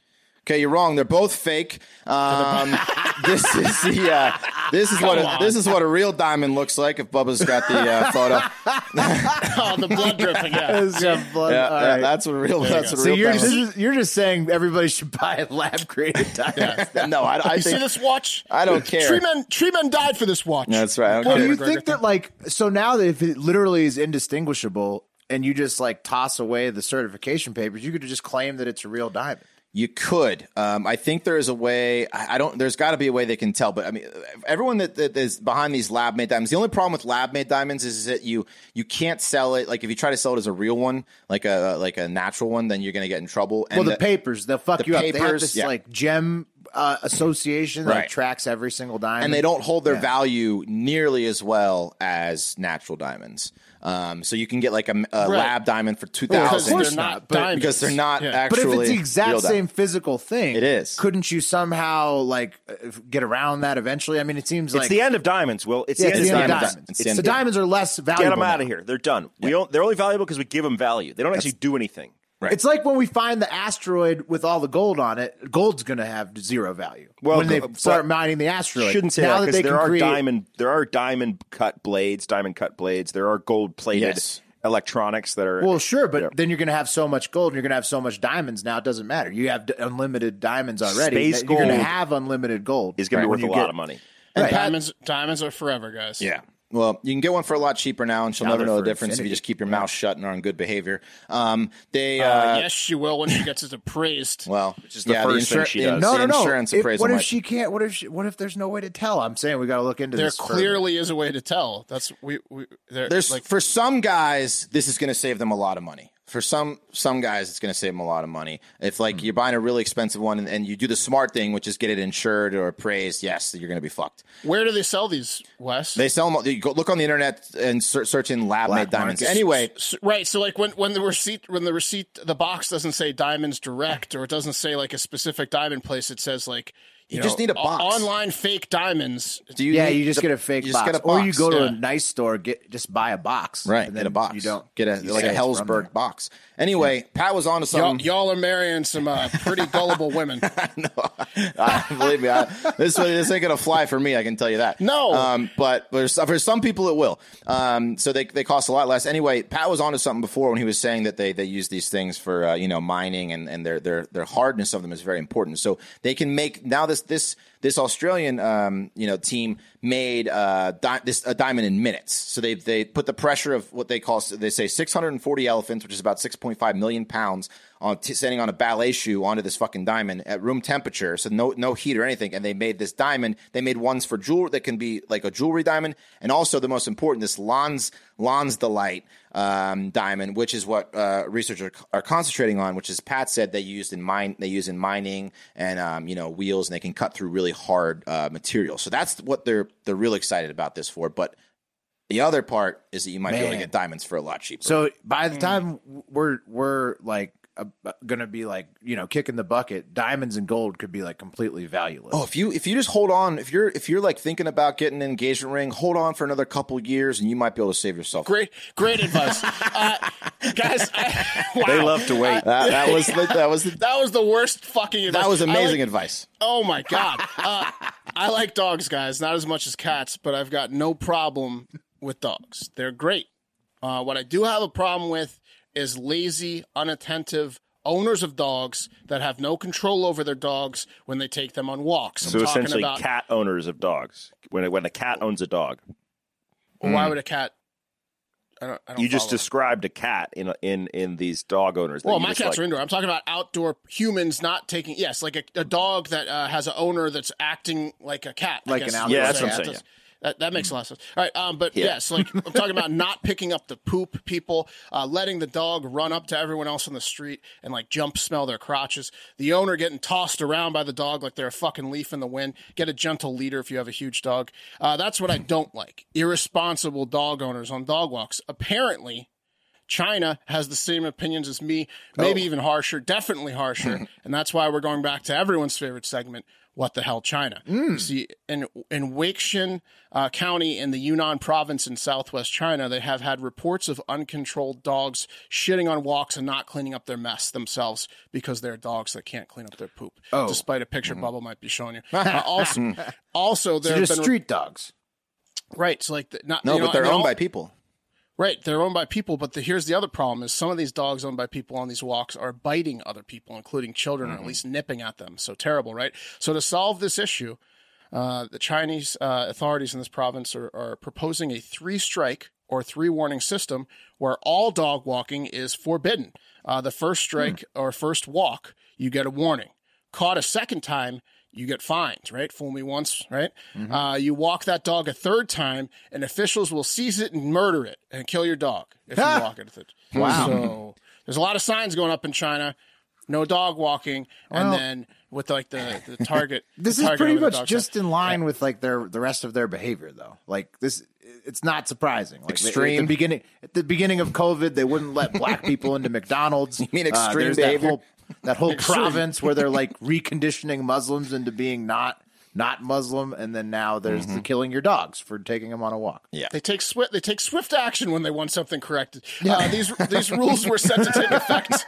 Speaker 7: Okay, you're wrong. They're both fake. Um, this is the uh, this is what a, this is what a real diamond looks like. If Bubba's got the uh, photo, yeah,
Speaker 4: oh, the blood dripping. Yeah.
Speaker 3: It's got blood-
Speaker 7: yeah,
Speaker 3: all right.
Speaker 7: that's what a real. That's
Speaker 4: go.
Speaker 7: what a
Speaker 3: so
Speaker 7: real.
Speaker 3: you're
Speaker 7: diamond.
Speaker 3: just, you're just saying everybody should buy a lab created diamond.
Speaker 7: no, I, I
Speaker 4: You see
Speaker 7: think
Speaker 4: this watch?
Speaker 7: I don't care.
Speaker 4: Tree men, tree men died for this watch.
Speaker 7: that's right. I don't
Speaker 4: Well,
Speaker 7: care.
Speaker 3: Do you
Speaker 4: McGregor
Speaker 3: think that like so now that if it literally is indistinguishable and you just like toss away the certification papers, you could just claim that it's a real diamond.
Speaker 7: You could. Um, I think there is a way. I I don't. There's got to be a way they can tell. But I mean, everyone that, that is behind these lab made diamonds. The only problem with lab made diamonds is that you you can't sell it. Like if you try to sell it as a real one, like a like a natural one, then you're going to get in trouble. And
Speaker 3: Well, the,
Speaker 7: the-
Speaker 3: papers they'll fuck
Speaker 7: the
Speaker 3: you up. They have
Speaker 7: papers,
Speaker 3: this
Speaker 7: yeah.
Speaker 3: like gem uh, association that
Speaker 7: Right.
Speaker 3: tracks every single diamond,
Speaker 7: and they don't hold their
Speaker 3: Yeah.
Speaker 7: value nearly as well as natural diamonds. Um, so you can get like a, a
Speaker 4: Right.
Speaker 7: lab diamond for two
Speaker 4: Because
Speaker 7: thousand.
Speaker 4: they're not,
Speaker 3: not, but-
Speaker 4: diamonds.
Speaker 7: because they're not
Speaker 4: Yeah.
Speaker 3: But
Speaker 7: actually.
Speaker 3: if it's the exact
Speaker 7: real
Speaker 3: same
Speaker 7: diamonds.
Speaker 3: physical thing,
Speaker 7: It is.
Speaker 3: Couldn't you somehow like uh, get around that eventually? I mean, it seems
Speaker 5: it's
Speaker 3: like
Speaker 5: the end of diamonds. Will it's
Speaker 3: Yeah,
Speaker 5: the,
Speaker 3: it's
Speaker 5: end,
Speaker 3: the end
Speaker 5: of diamonds.
Speaker 7: It's
Speaker 3: diamonds.
Speaker 7: the end
Speaker 3: The
Speaker 7: of diamonds.
Speaker 3: diamonds are less valuable.
Speaker 5: Get them out
Speaker 3: now.
Speaker 5: of here. They're done. We don't, they're only valuable because we give them value. They don't actually do anything.
Speaker 7: Right.
Speaker 3: It's like when we find the asteroid with all the gold on it. Gold's going to have zero value
Speaker 5: Well,
Speaker 3: when they
Speaker 5: go-
Speaker 3: start
Speaker 5: but-
Speaker 3: mining the asteroid.
Speaker 5: Shouldn't say
Speaker 3: now
Speaker 5: that
Speaker 3: they
Speaker 5: because
Speaker 3: can
Speaker 5: there are
Speaker 3: create-
Speaker 5: diamond there are diamond cut blades, diamond cut blades. There are gold plated
Speaker 7: Yes.
Speaker 5: electronics that are
Speaker 3: Well, sure, but
Speaker 5: Yeah.
Speaker 3: then you're going to have so much gold, and you're going to have so much diamonds. Now it doesn't matter. You have d- unlimited diamonds already.
Speaker 5: Space
Speaker 3: you're going
Speaker 5: gold
Speaker 3: to have unlimited gold.
Speaker 5: is going
Speaker 3: Right.
Speaker 5: to be worth
Speaker 3: When you
Speaker 5: a lot
Speaker 3: get-
Speaker 5: of money.
Speaker 4: And
Speaker 3: Right.
Speaker 4: diamonds, diamonds are forever, guys.
Speaker 7: Yeah. Well, you can get one for a lot cheaper now, and she'll
Speaker 3: Now
Speaker 7: never
Speaker 3: they're
Speaker 7: know the
Speaker 3: for
Speaker 7: difference if you
Speaker 3: infinity.
Speaker 7: just keep your mouth shut and are on good behavior. Um, they, uh,
Speaker 4: Uh, yes, she will when she gets it appraised.
Speaker 7: well,
Speaker 5: is the
Speaker 7: yeah,
Speaker 5: first thing
Speaker 7: insur-
Speaker 5: she does.
Speaker 7: the
Speaker 3: No, no, no.
Speaker 7: Insurance
Speaker 3: If-
Speaker 7: appraisal.
Speaker 3: what if
Speaker 7: might-
Speaker 3: she can't? What if? She, what if there's no way to tell? I'm saying we got to look into
Speaker 4: there
Speaker 3: this. further.
Speaker 4: clearly is a way to tell. That's we. we there,
Speaker 7: There's
Speaker 4: like
Speaker 7: for some guys, this is going to save them a lot of money. for some some guys it's going to save them a lot of money if
Speaker 5: Hmm.
Speaker 7: like you're buying a really expensive one and, and you do the smart thing which is get it insured or appraised yes you're going to be fucked
Speaker 4: Where do they sell these, Wes?
Speaker 7: they sell them you go look on the internet and ser- search in lab made diamonds anyway
Speaker 4: S- right. So like when when the receipt when the receipt the box doesn't say diamonds direct or it doesn't say like a specific diamond place, it says like you,
Speaker 7: You just
Speaker 4: know,
Speaker 7: need a
Speaker 4: o-
Speaker 7: box.
Speaker 4: online fake diamonds.
Speaker 7: do you
Speaker 3: yeah,
Speaker 7: need
Speaker 3: you just
Speaker 7: the-
Speaker 3: get a fake
Speaker 7: you just
Speaker 3: box.
Speaker 7: get a
Speaker 3: or you
Speaker 7: box,
Speaker 3: go to
Speaker 4: yeah.
Speaker 3: a nice store, get just buy a box,
Speaker 7: right
Speaker 3: And
Speaker 7: get a box
Speaker 3: You don't
Speaker 7: get a
Speaker 3: you
Speaker 7: like a
Speaker 3: save from
Speaker 7: hellsberg
Speaker 3: there.
Speaker 7: box anyway pat was on to
Speaker 4: Y'all,
Speaker 7: something
Speaker 4: y'all are marrying some uh, pretty gullible women.
Speaker 7: I- believe me, I, this this ain't gonna fly for me. I can tell you that.
Speaker 4: No.
Speaker 7: um, but for some, for some people it will. Um, so they they cost a lot less. Anyway, Pat was onto something before when he was saying that they they use these things for uh, you know mining and and their their their hardness of them is very important. So they can make now this this this Australian um, you know team made uh, di- this a diamond in minutes. So they they put the pressure of what they call they say 640 elephants, which is about 6.5 million pounds, on t- standing on a ballet shoe onto this fucking diamond at room temperature, so no no heat or anything. And they made this diamond. They made ones for jewelry that can be like a jewelry diamond, and also the most important, this Lons Lons Delight um, diamond, which is what uh, researchers are concentrating on. Which is Pat said they used in mine they use in mining and um, you know wheels, and they can cut through really hard uh, material. So that's what they're they're real excited about this for, but. The other part is that you might be able to
Speaker 3: Man.
Speaker 7: get diamonds for a lot cheaper.
Speaker 3: So by
Speaker 4: Mm.
Speaker 3: the time we're we're like uh, gonna be like you know kicking the bucket, diamonds and gold could be like completely valueless.
Speaker 7: Oh, if you if you just hold on, if you're if you're like thinking about getting an engagement ring, hold on for another couple years, and you might be able to save yourself.
Speaker 4: Great, great advice, uh, guys. I, wow. Uh,
Speaker 5: They love to wait.
Speaker 7: That, that was the, that was the,
Speaker 4: That was the worst fucking. Advice.
Speaker 7: that was
Speaker 4: I like-
Speaker 7: amazing advice.
Speaker 4: Oh my god. Uh, I like dogs, guys, not as much as cats, but I've got no problem with dogs. They're great. Uh, what I do have a problem with is lazy, unattentive owners of dogs that have no control over their dogs when they take them on walks. I'm
Speaker 5: So
Speaker 4: talking
Speaker 5: essentially,
Speaker 4: about
Speaker 5: cat owners of dogs. When when a cat owns a dog,
Speaker 7: Mm.
Speaker 4: why would a cat? I don't. I don't
Speaker 5: you just
Speaker 4: follow.
Speaker 5: described a cat in in in these dog owners. that
Speaker 4: Well,
Speaker 5: you
Speaker 4: my
Speaker 5: just,
Speaker 4: cats
Speaker 5: like-
Speaker 4: are indoor. I'm talking about outdoor humans not taking. Yes, like a, a dog that uh, has an owner that's acting like a cat. I
Speaker 3: Like
Speaker 4: guess
Speaker 3: an
Speaker 4: is
Speaker 3: outdoor
Speaker 5: Yeah, that's what I'm
Speaker 4: That
Speaker 5: saying,
Speaker 4: does- That, that makes a lot of sense. All right, um, but yes, like I'm talking about not picking up the poop, people uh, letting the dog run up to everyone else on the street and like jump smell their crotches. The owner getting tossed around by the dog like they're a fucking leaf in the wind. Get a gentle leader if you have a huge dog. Uh, that's what I don't like. Irresponsible dog owners on dog walks. Apparently, China has the same opinions as me,
Speaker 7: Oh.
Speaker 4: maybe even harsher, definitely harsher, and that's why we're going back to everyone's favorite segment. What the hell, China?
Speaker 7: Mm.
Speaker 4: See, in in Waxian uh, County in the Yunnan province in southwest China, they have had reports of uncontrolled dogs shitting on walks and not cleaning up their mess themselves because they're dogs that can't clean up their poop.
Speaker 7: Oh.
Speaker 4: Despite a picture
Speaker 7: Mm-hmm.
Speaker 4: Bubble might be showing you. Uh, also,
Speaker 7: Mm.
Speaker 4: also there
Speaker 3: They're
Speaker 4: have
Speaker 3: just
Speaker 4: been
Speaker 3: street dogs.
Speaker 4: right. So like the, not
Speaker 7: No,
Speaker 4: you know,
Speaker 7: but they're
Speaker 4: and
Speaker 7: owned
Speaker 4: all-
Speaker 7: by people.
Speaker 4: Right, they're owned by people, but the, here's the other problem: is some of these dogs owned by people on these walks are biting other people, including children, or at least nipping at them. So terrible, right? So to solve this issue, uh, the Chinese uh, authorities in this province are, are proposing a three strike or three warning system where all dog walking is forbidden. Uh, the
Speaker 3: Hmm.
Speaker 4: first strike or first walk, you get a warning. Caught a second time, you get fined, right? Fool me once, right?
Speaker 3: Mm-hmm.
Speaker 4: Uh, you walk that dog a third time, and officials will seize it and murder it and kill your dog if you walk it. a third- So there's a lot of signs going up in China. No dog walking, and then with like the, the target.
Speaker 3: This
Speaker 4: the
Speaker 3: is
Speaker 4: target
Speaker 3: pretty
Speaker 4: over the
Speaker 3: much
Speaker 4: dog's
Speaker 3: just
Speaker 4: head.
Speaker 3: in line with like their the rest of their behavior, though. Like this, it's not surprising. Like, At
Speaker 7: Extreme.
Speaker 3: the beginning, at the beginning of COVID, they wouldn't let black people into McDonald's. You
Speaker 7: mean extreme
Speaker 3: that
Speaker 7: behavior?
Speaker 3: whole that whole province where they're like reconditioning Muslims into being not not Muslim, and then now there's the killing your dogs for taking them on a walk.
Speaker 7: Mm-hmm. Yeah.
Speaker 4: They take swift. They take swift action when they want something corrected. Uh, these these rules were set to take effect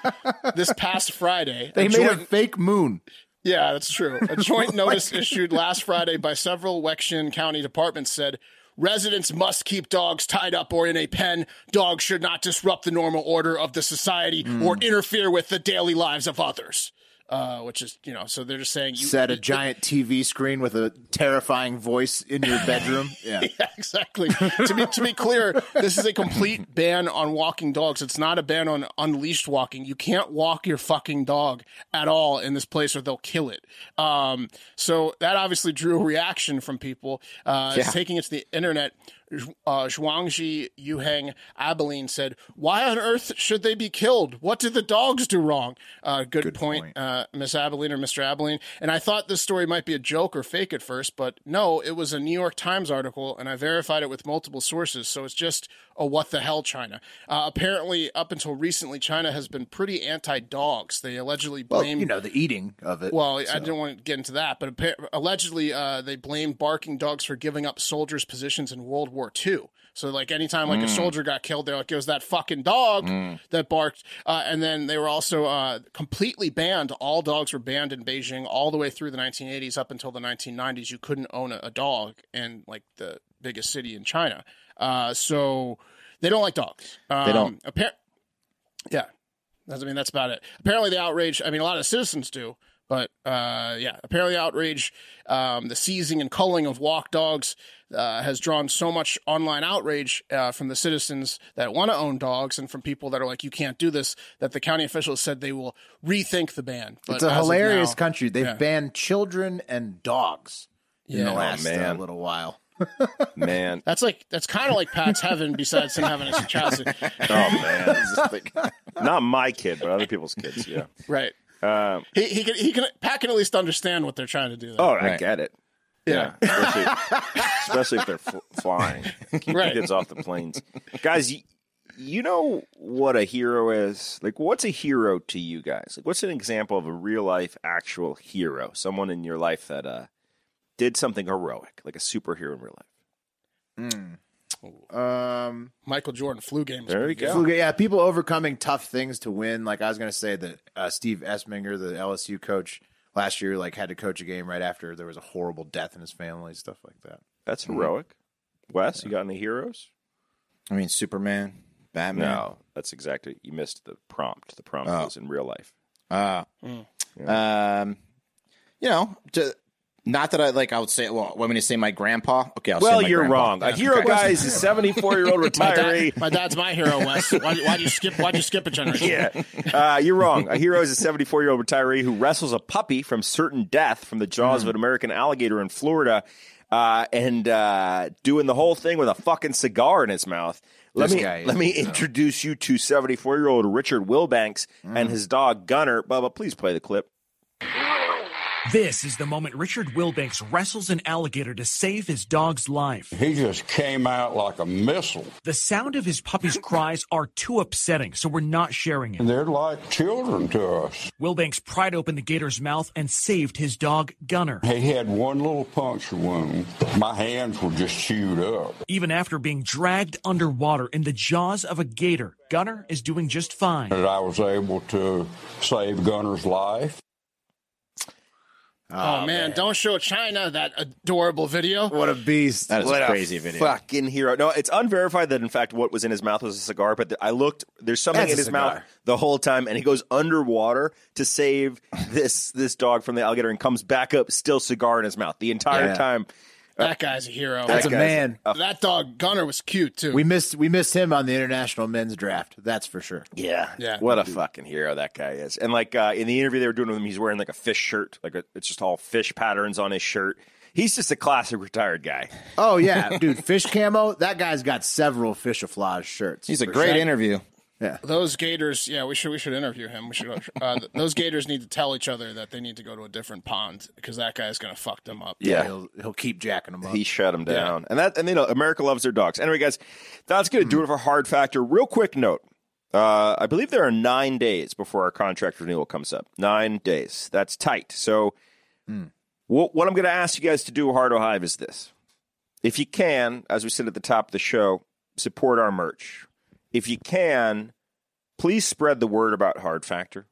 Speaker 4: this past Friday.
Speaker 3: They
Speaker 4: A
Speaker 3: made a
Speaker 4: joint-
Speaker 3: fake moon.
Speaker 4: yeah, that's true. A joint notice issued last Friday by several Wexian County departments said residents must keep dogs tied up or in a pen. Dogs should not disrupt the normal order of the society or
Speaker 3: Hmm.
Speaker 4: interfere with the daily lives of others. Uh, which is you know, so they're just saying you
Speaker 3: Set a
Speaker 4: you-
Speaker 3: giant TV screen with a terrifying voice in your bedroom. Yeah.
Speaker 4: Yeah, exactly. to be to be clear, this is a complete ban on walking dogs. It's not a ban on unleashed walking. You can't walk your fucking dog at all in this place, or they'll kill it. Um, so that obviously drew a reaction from people. Uh, It's taking it to the internet. uh, Zhuangzi Yuheng Abilene said, Why on earth should they be killed? What did the dogs do wrong? Uh, good, point, Uh, Miss Abilene or Mr. Abilene. And I thought this story might be a joke or fake at first, but no, it was a New York Times article, and I verified it with multiple sources. So it's just a what the hell, China. Uh, apparently, up until recently, China has been pretty anti dogs. They allegedly
Speaker 3: Well,
Speaker 4: blame.
Speaker 3: you know the eating of it.
Speaker 4: Well, I didn't want to get into that, but appa- allegedly uh, they blamed barking dogs for giving up soldiers' positions in World War II. So, like, anytime like a soldier got killed, they're like, "It was that fucking dog that barked." Uh, and then they were also uh, completely banned. All dogs were banned in Beijing all the way through the 1980s up until the 1990s. You couldn't own a, a dog in like the biggest city in China. Uh, so they don't like dogs. Um,
Speaker 7: They don't.
Speaker 4: appar- yeah, that's, I mean, that's about it. Apparently, the outrage, I mean, a lot of citizens do, but uh, yeah, apparently, outrage, um, the seizing and culling of walk dogs uh, has drawn so much online outrage uh, from the citizens that want to own dogs and from people that are like, you can't do this, that the county officials said they will rethink the ban. But
Speaker 3: it's a
Speaker 4: as of
Speaker 3: hilarious
Speaker 4: now-
Speaker 3: country. They've
Speaker 4: yeah.
Speaker 3: banned children and dogs in the
Speaker 4: Yeah.
Speaker 3: last uh,
Speaker 5: Oh, man.
Speaker 3: little while.
Speaker 5: man.
Speaker 4: That's like, that's kind of like Pat's heaven besides him having a child. seat.
Speaker 5: Oh man, not my kid, but other people's kids. Yeah.
Speaker 4: Right.
Speaker 5: Um,
Speaker 4: He, he can, he can, Pat can at least understand what they're trying to do. There.
Speaker 5: oh, I
Speaker 7: Right.
Speaker 5: get it.
Speaker 4: Yeah.
Speaker 5: especially, especially if they're fl- flying. Keep
Speaker 4: Right.
Speaker 5: the kids off the planes, guys. You, you know what a hero is? Like, what's a hero to you guys? Like, what's an example of a real life, actual hero? Someone in your life that uh did something heroic, like a superhero in real life.
Speaker 3: Um,
Speaker 4: Michael Jordan flu games.
Speaker 5: There you
Speaker 3: yeah.
Speaker 5: go.
Speaker 3: yeah, people overcoming tough things to win. Like I was going to say that uh, Steve Esminger, the LSU coach last year, like had to coach a game right after there was a horrible death in his family, stuff like that.
Speaker 5: That's heroic. Wes, you got any heroes?
Speaker 7: I mean, Superman, Batman.
Speaker 5: No, that's exactly. You missed the prompt. The prompt
Speaker 7: Oh.
Speaker 5: was in real life.
Speaker 7: Uh, um, you know, to, not that I like. I would say, well, want me to say my grandpa? Okay, I'll
Speaker 5: Well,
Speaker 7: say my
Speaker 5: you're
Speaker 7: grandpa.
Speaker 5: wrong. A hero,
Speaker 7: Okay.
Speaker 5: guys, is 74 year old
Speaker 4: My, dad-
Speaker 5: retiree.
Speaker 4: my dad's my hero, Wes. Why, why'd you skip? Why'd you skip a generation?
Speaker 5: Yeah, uh, you're wrong. A hero is a 74 year old retiree who wrestles a puppy from certain death from the jaws of
Speaker 3: Hmm.
Speaker 5: an American alligator in Florida, uh, and uh, doing the whole thing with a fucking cigar in his mouth. Let
Speaker 3: This
Speaker 5: me
Speaker 3: guy uh,
Speaker 5: let me introduce you to 74 year old Richard Wilbanks and
Speaker 3: Hmm.
Speaker 5: his dog Gunner. Bubba, please play the clip.
Speaker 10: This is the moment Richard Wilbanks wrestles an alligator to save his dog's life.
Speaker 2: He just came out like a missile.
Speaker 10: The sound of his puppy's cries are too upsetting, so we're not sharing it.
Speaker 2: They're like children to us.
Speaker 10: Wilbanks pried open the gator's mouth and saved his dog, Gunner.
Speaker 2: He had one little puncture wound. My hands were just chewed up.
Speaker 10: Even after being dragged underwater in the jaws of a gator, Gunner is doing just fine.
Speaker 2: That I was able to save Gunner's life.
Speaker 4: Oh, man. don't show China that adorable video.
Speaker 3: What a beast!
Speaker 7: That is
Speaker 5: What
Speaker 7: a
Speaker 5: a
Speaker 7: crazy video.
Speaker 5: Fucking hero. No, it's unverified that in fact what was in his mouth was a cigar, but th- I looked there's something
Speaker 3: That's
Speaker 5: in
Speaker 3: a
Speaker 5: his
Speaker 3: cigar.
Speaker 5: mouth the whole time and he goes underwater to save this this dog from the alligator and comes back up still cigar in his mouth the entire
Speaker 3: Yeah.
Speaker 5: time.
Speaker 4: That guy's a hero.
Speaker 3: That's a
Speaker 5: guy's
Speaker 3: man.
Speaker 4: that dog Gunner was cute too.
Speaker 3: we missed we missed him on the international men's draft. That's for sure.
Speaker 5: Yeah.
Speaker 4: Yeah.
Speaker 5: What a fucking hero that guy is. And like uh, in the interview they were doing with him he's wearing like a fish shirt. Like a, it's just all fish patterns on his shirt. He's just a classic retired guy.
Speaker 3: Oh yeah, dude, fish camo. That guy's got several fishaflage shirts.
Speaker 7: He's a
Speaker 3: for
Speaker 7: great
Speaker 3: sure.
Speaker 7: interview.
Speaker 4: those Gators, yeah, we should we should interview him. We should. Uh, th- those Gators need to tell each other that they need to go to a different pond because that guy's gonna fuck them up.
Speaker 5: Yeah.
Speaker 3: He'll, he'll keep jacking them up.
Speaker 5: He shut him down. And that and you know, America loves their dogs. Anyway, guys, that's gonna do it for Hard Factor. Real quick note. Uh, I believe there are nine days before our contract renewal comes up. Nine days. That's tight. So what what I'm gonna ask you guys to do, Hard Hive, is this. If you can, as we said at the top of the show, support our merch. If you can, please spread the word about Hard Factor.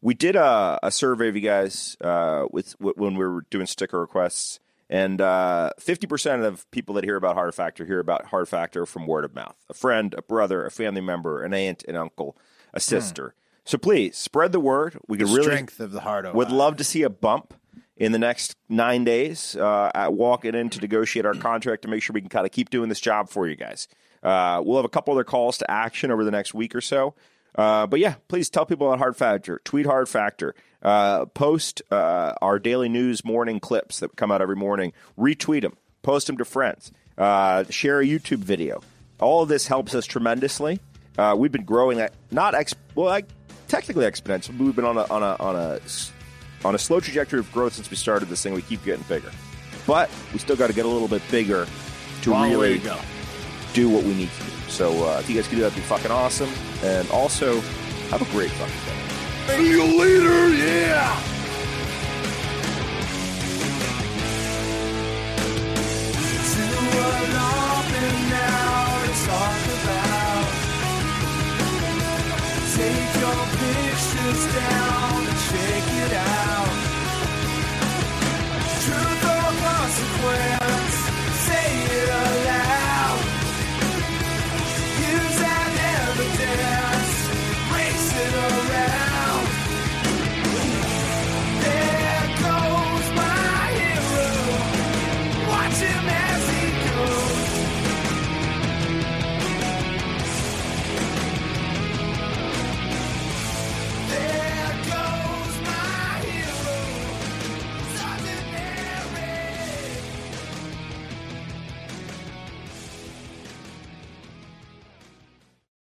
Speaker 5: We did a, a survey of you guys uh, with w- when we were doing sticker requests, and uh, fifty percent of people that hear about Hard Factor hear about Hard Factor from word of mouth. A friend, a brother, a family member, an aunt, an uncle, a sister. So please spread the word. We could really
Speaker 3: Strength of Hmm. the heart.
Speaker 5: would love to see a bump in the next nine days uh, at walking in to negotiate our contract to make sure we can kind of keep doing this job for you guys. Uh, we'll have a couple other calls to action over the next week or so. Uh, but yeah, please tell people about Hard Factor. Tweet Hard Factor. Uh, post uh, our daily news morning clips that come out every morning. Retweet them. Post them to friends. Uh, share a YouTube video. All of this helps us tremendously. Uh, we've been growing that not ex- well, like, technically exponentially. We've been on a on a on a s- on a slow trajectory of growth since we started this thing. We keep getting bigger, but we still got to get a little bit bigger to
Speaker 4: Long way
Speaker 5: really
Speaker 4: to go.
Speaker 5: do what we need to do. So uh, if you guys could do that, it'd be fucking awesome. And also, have a great fucking day.
Speaker 2: See you later, yeah!
Speaker 11: Take your pictures down and check it out. Truth or consequence,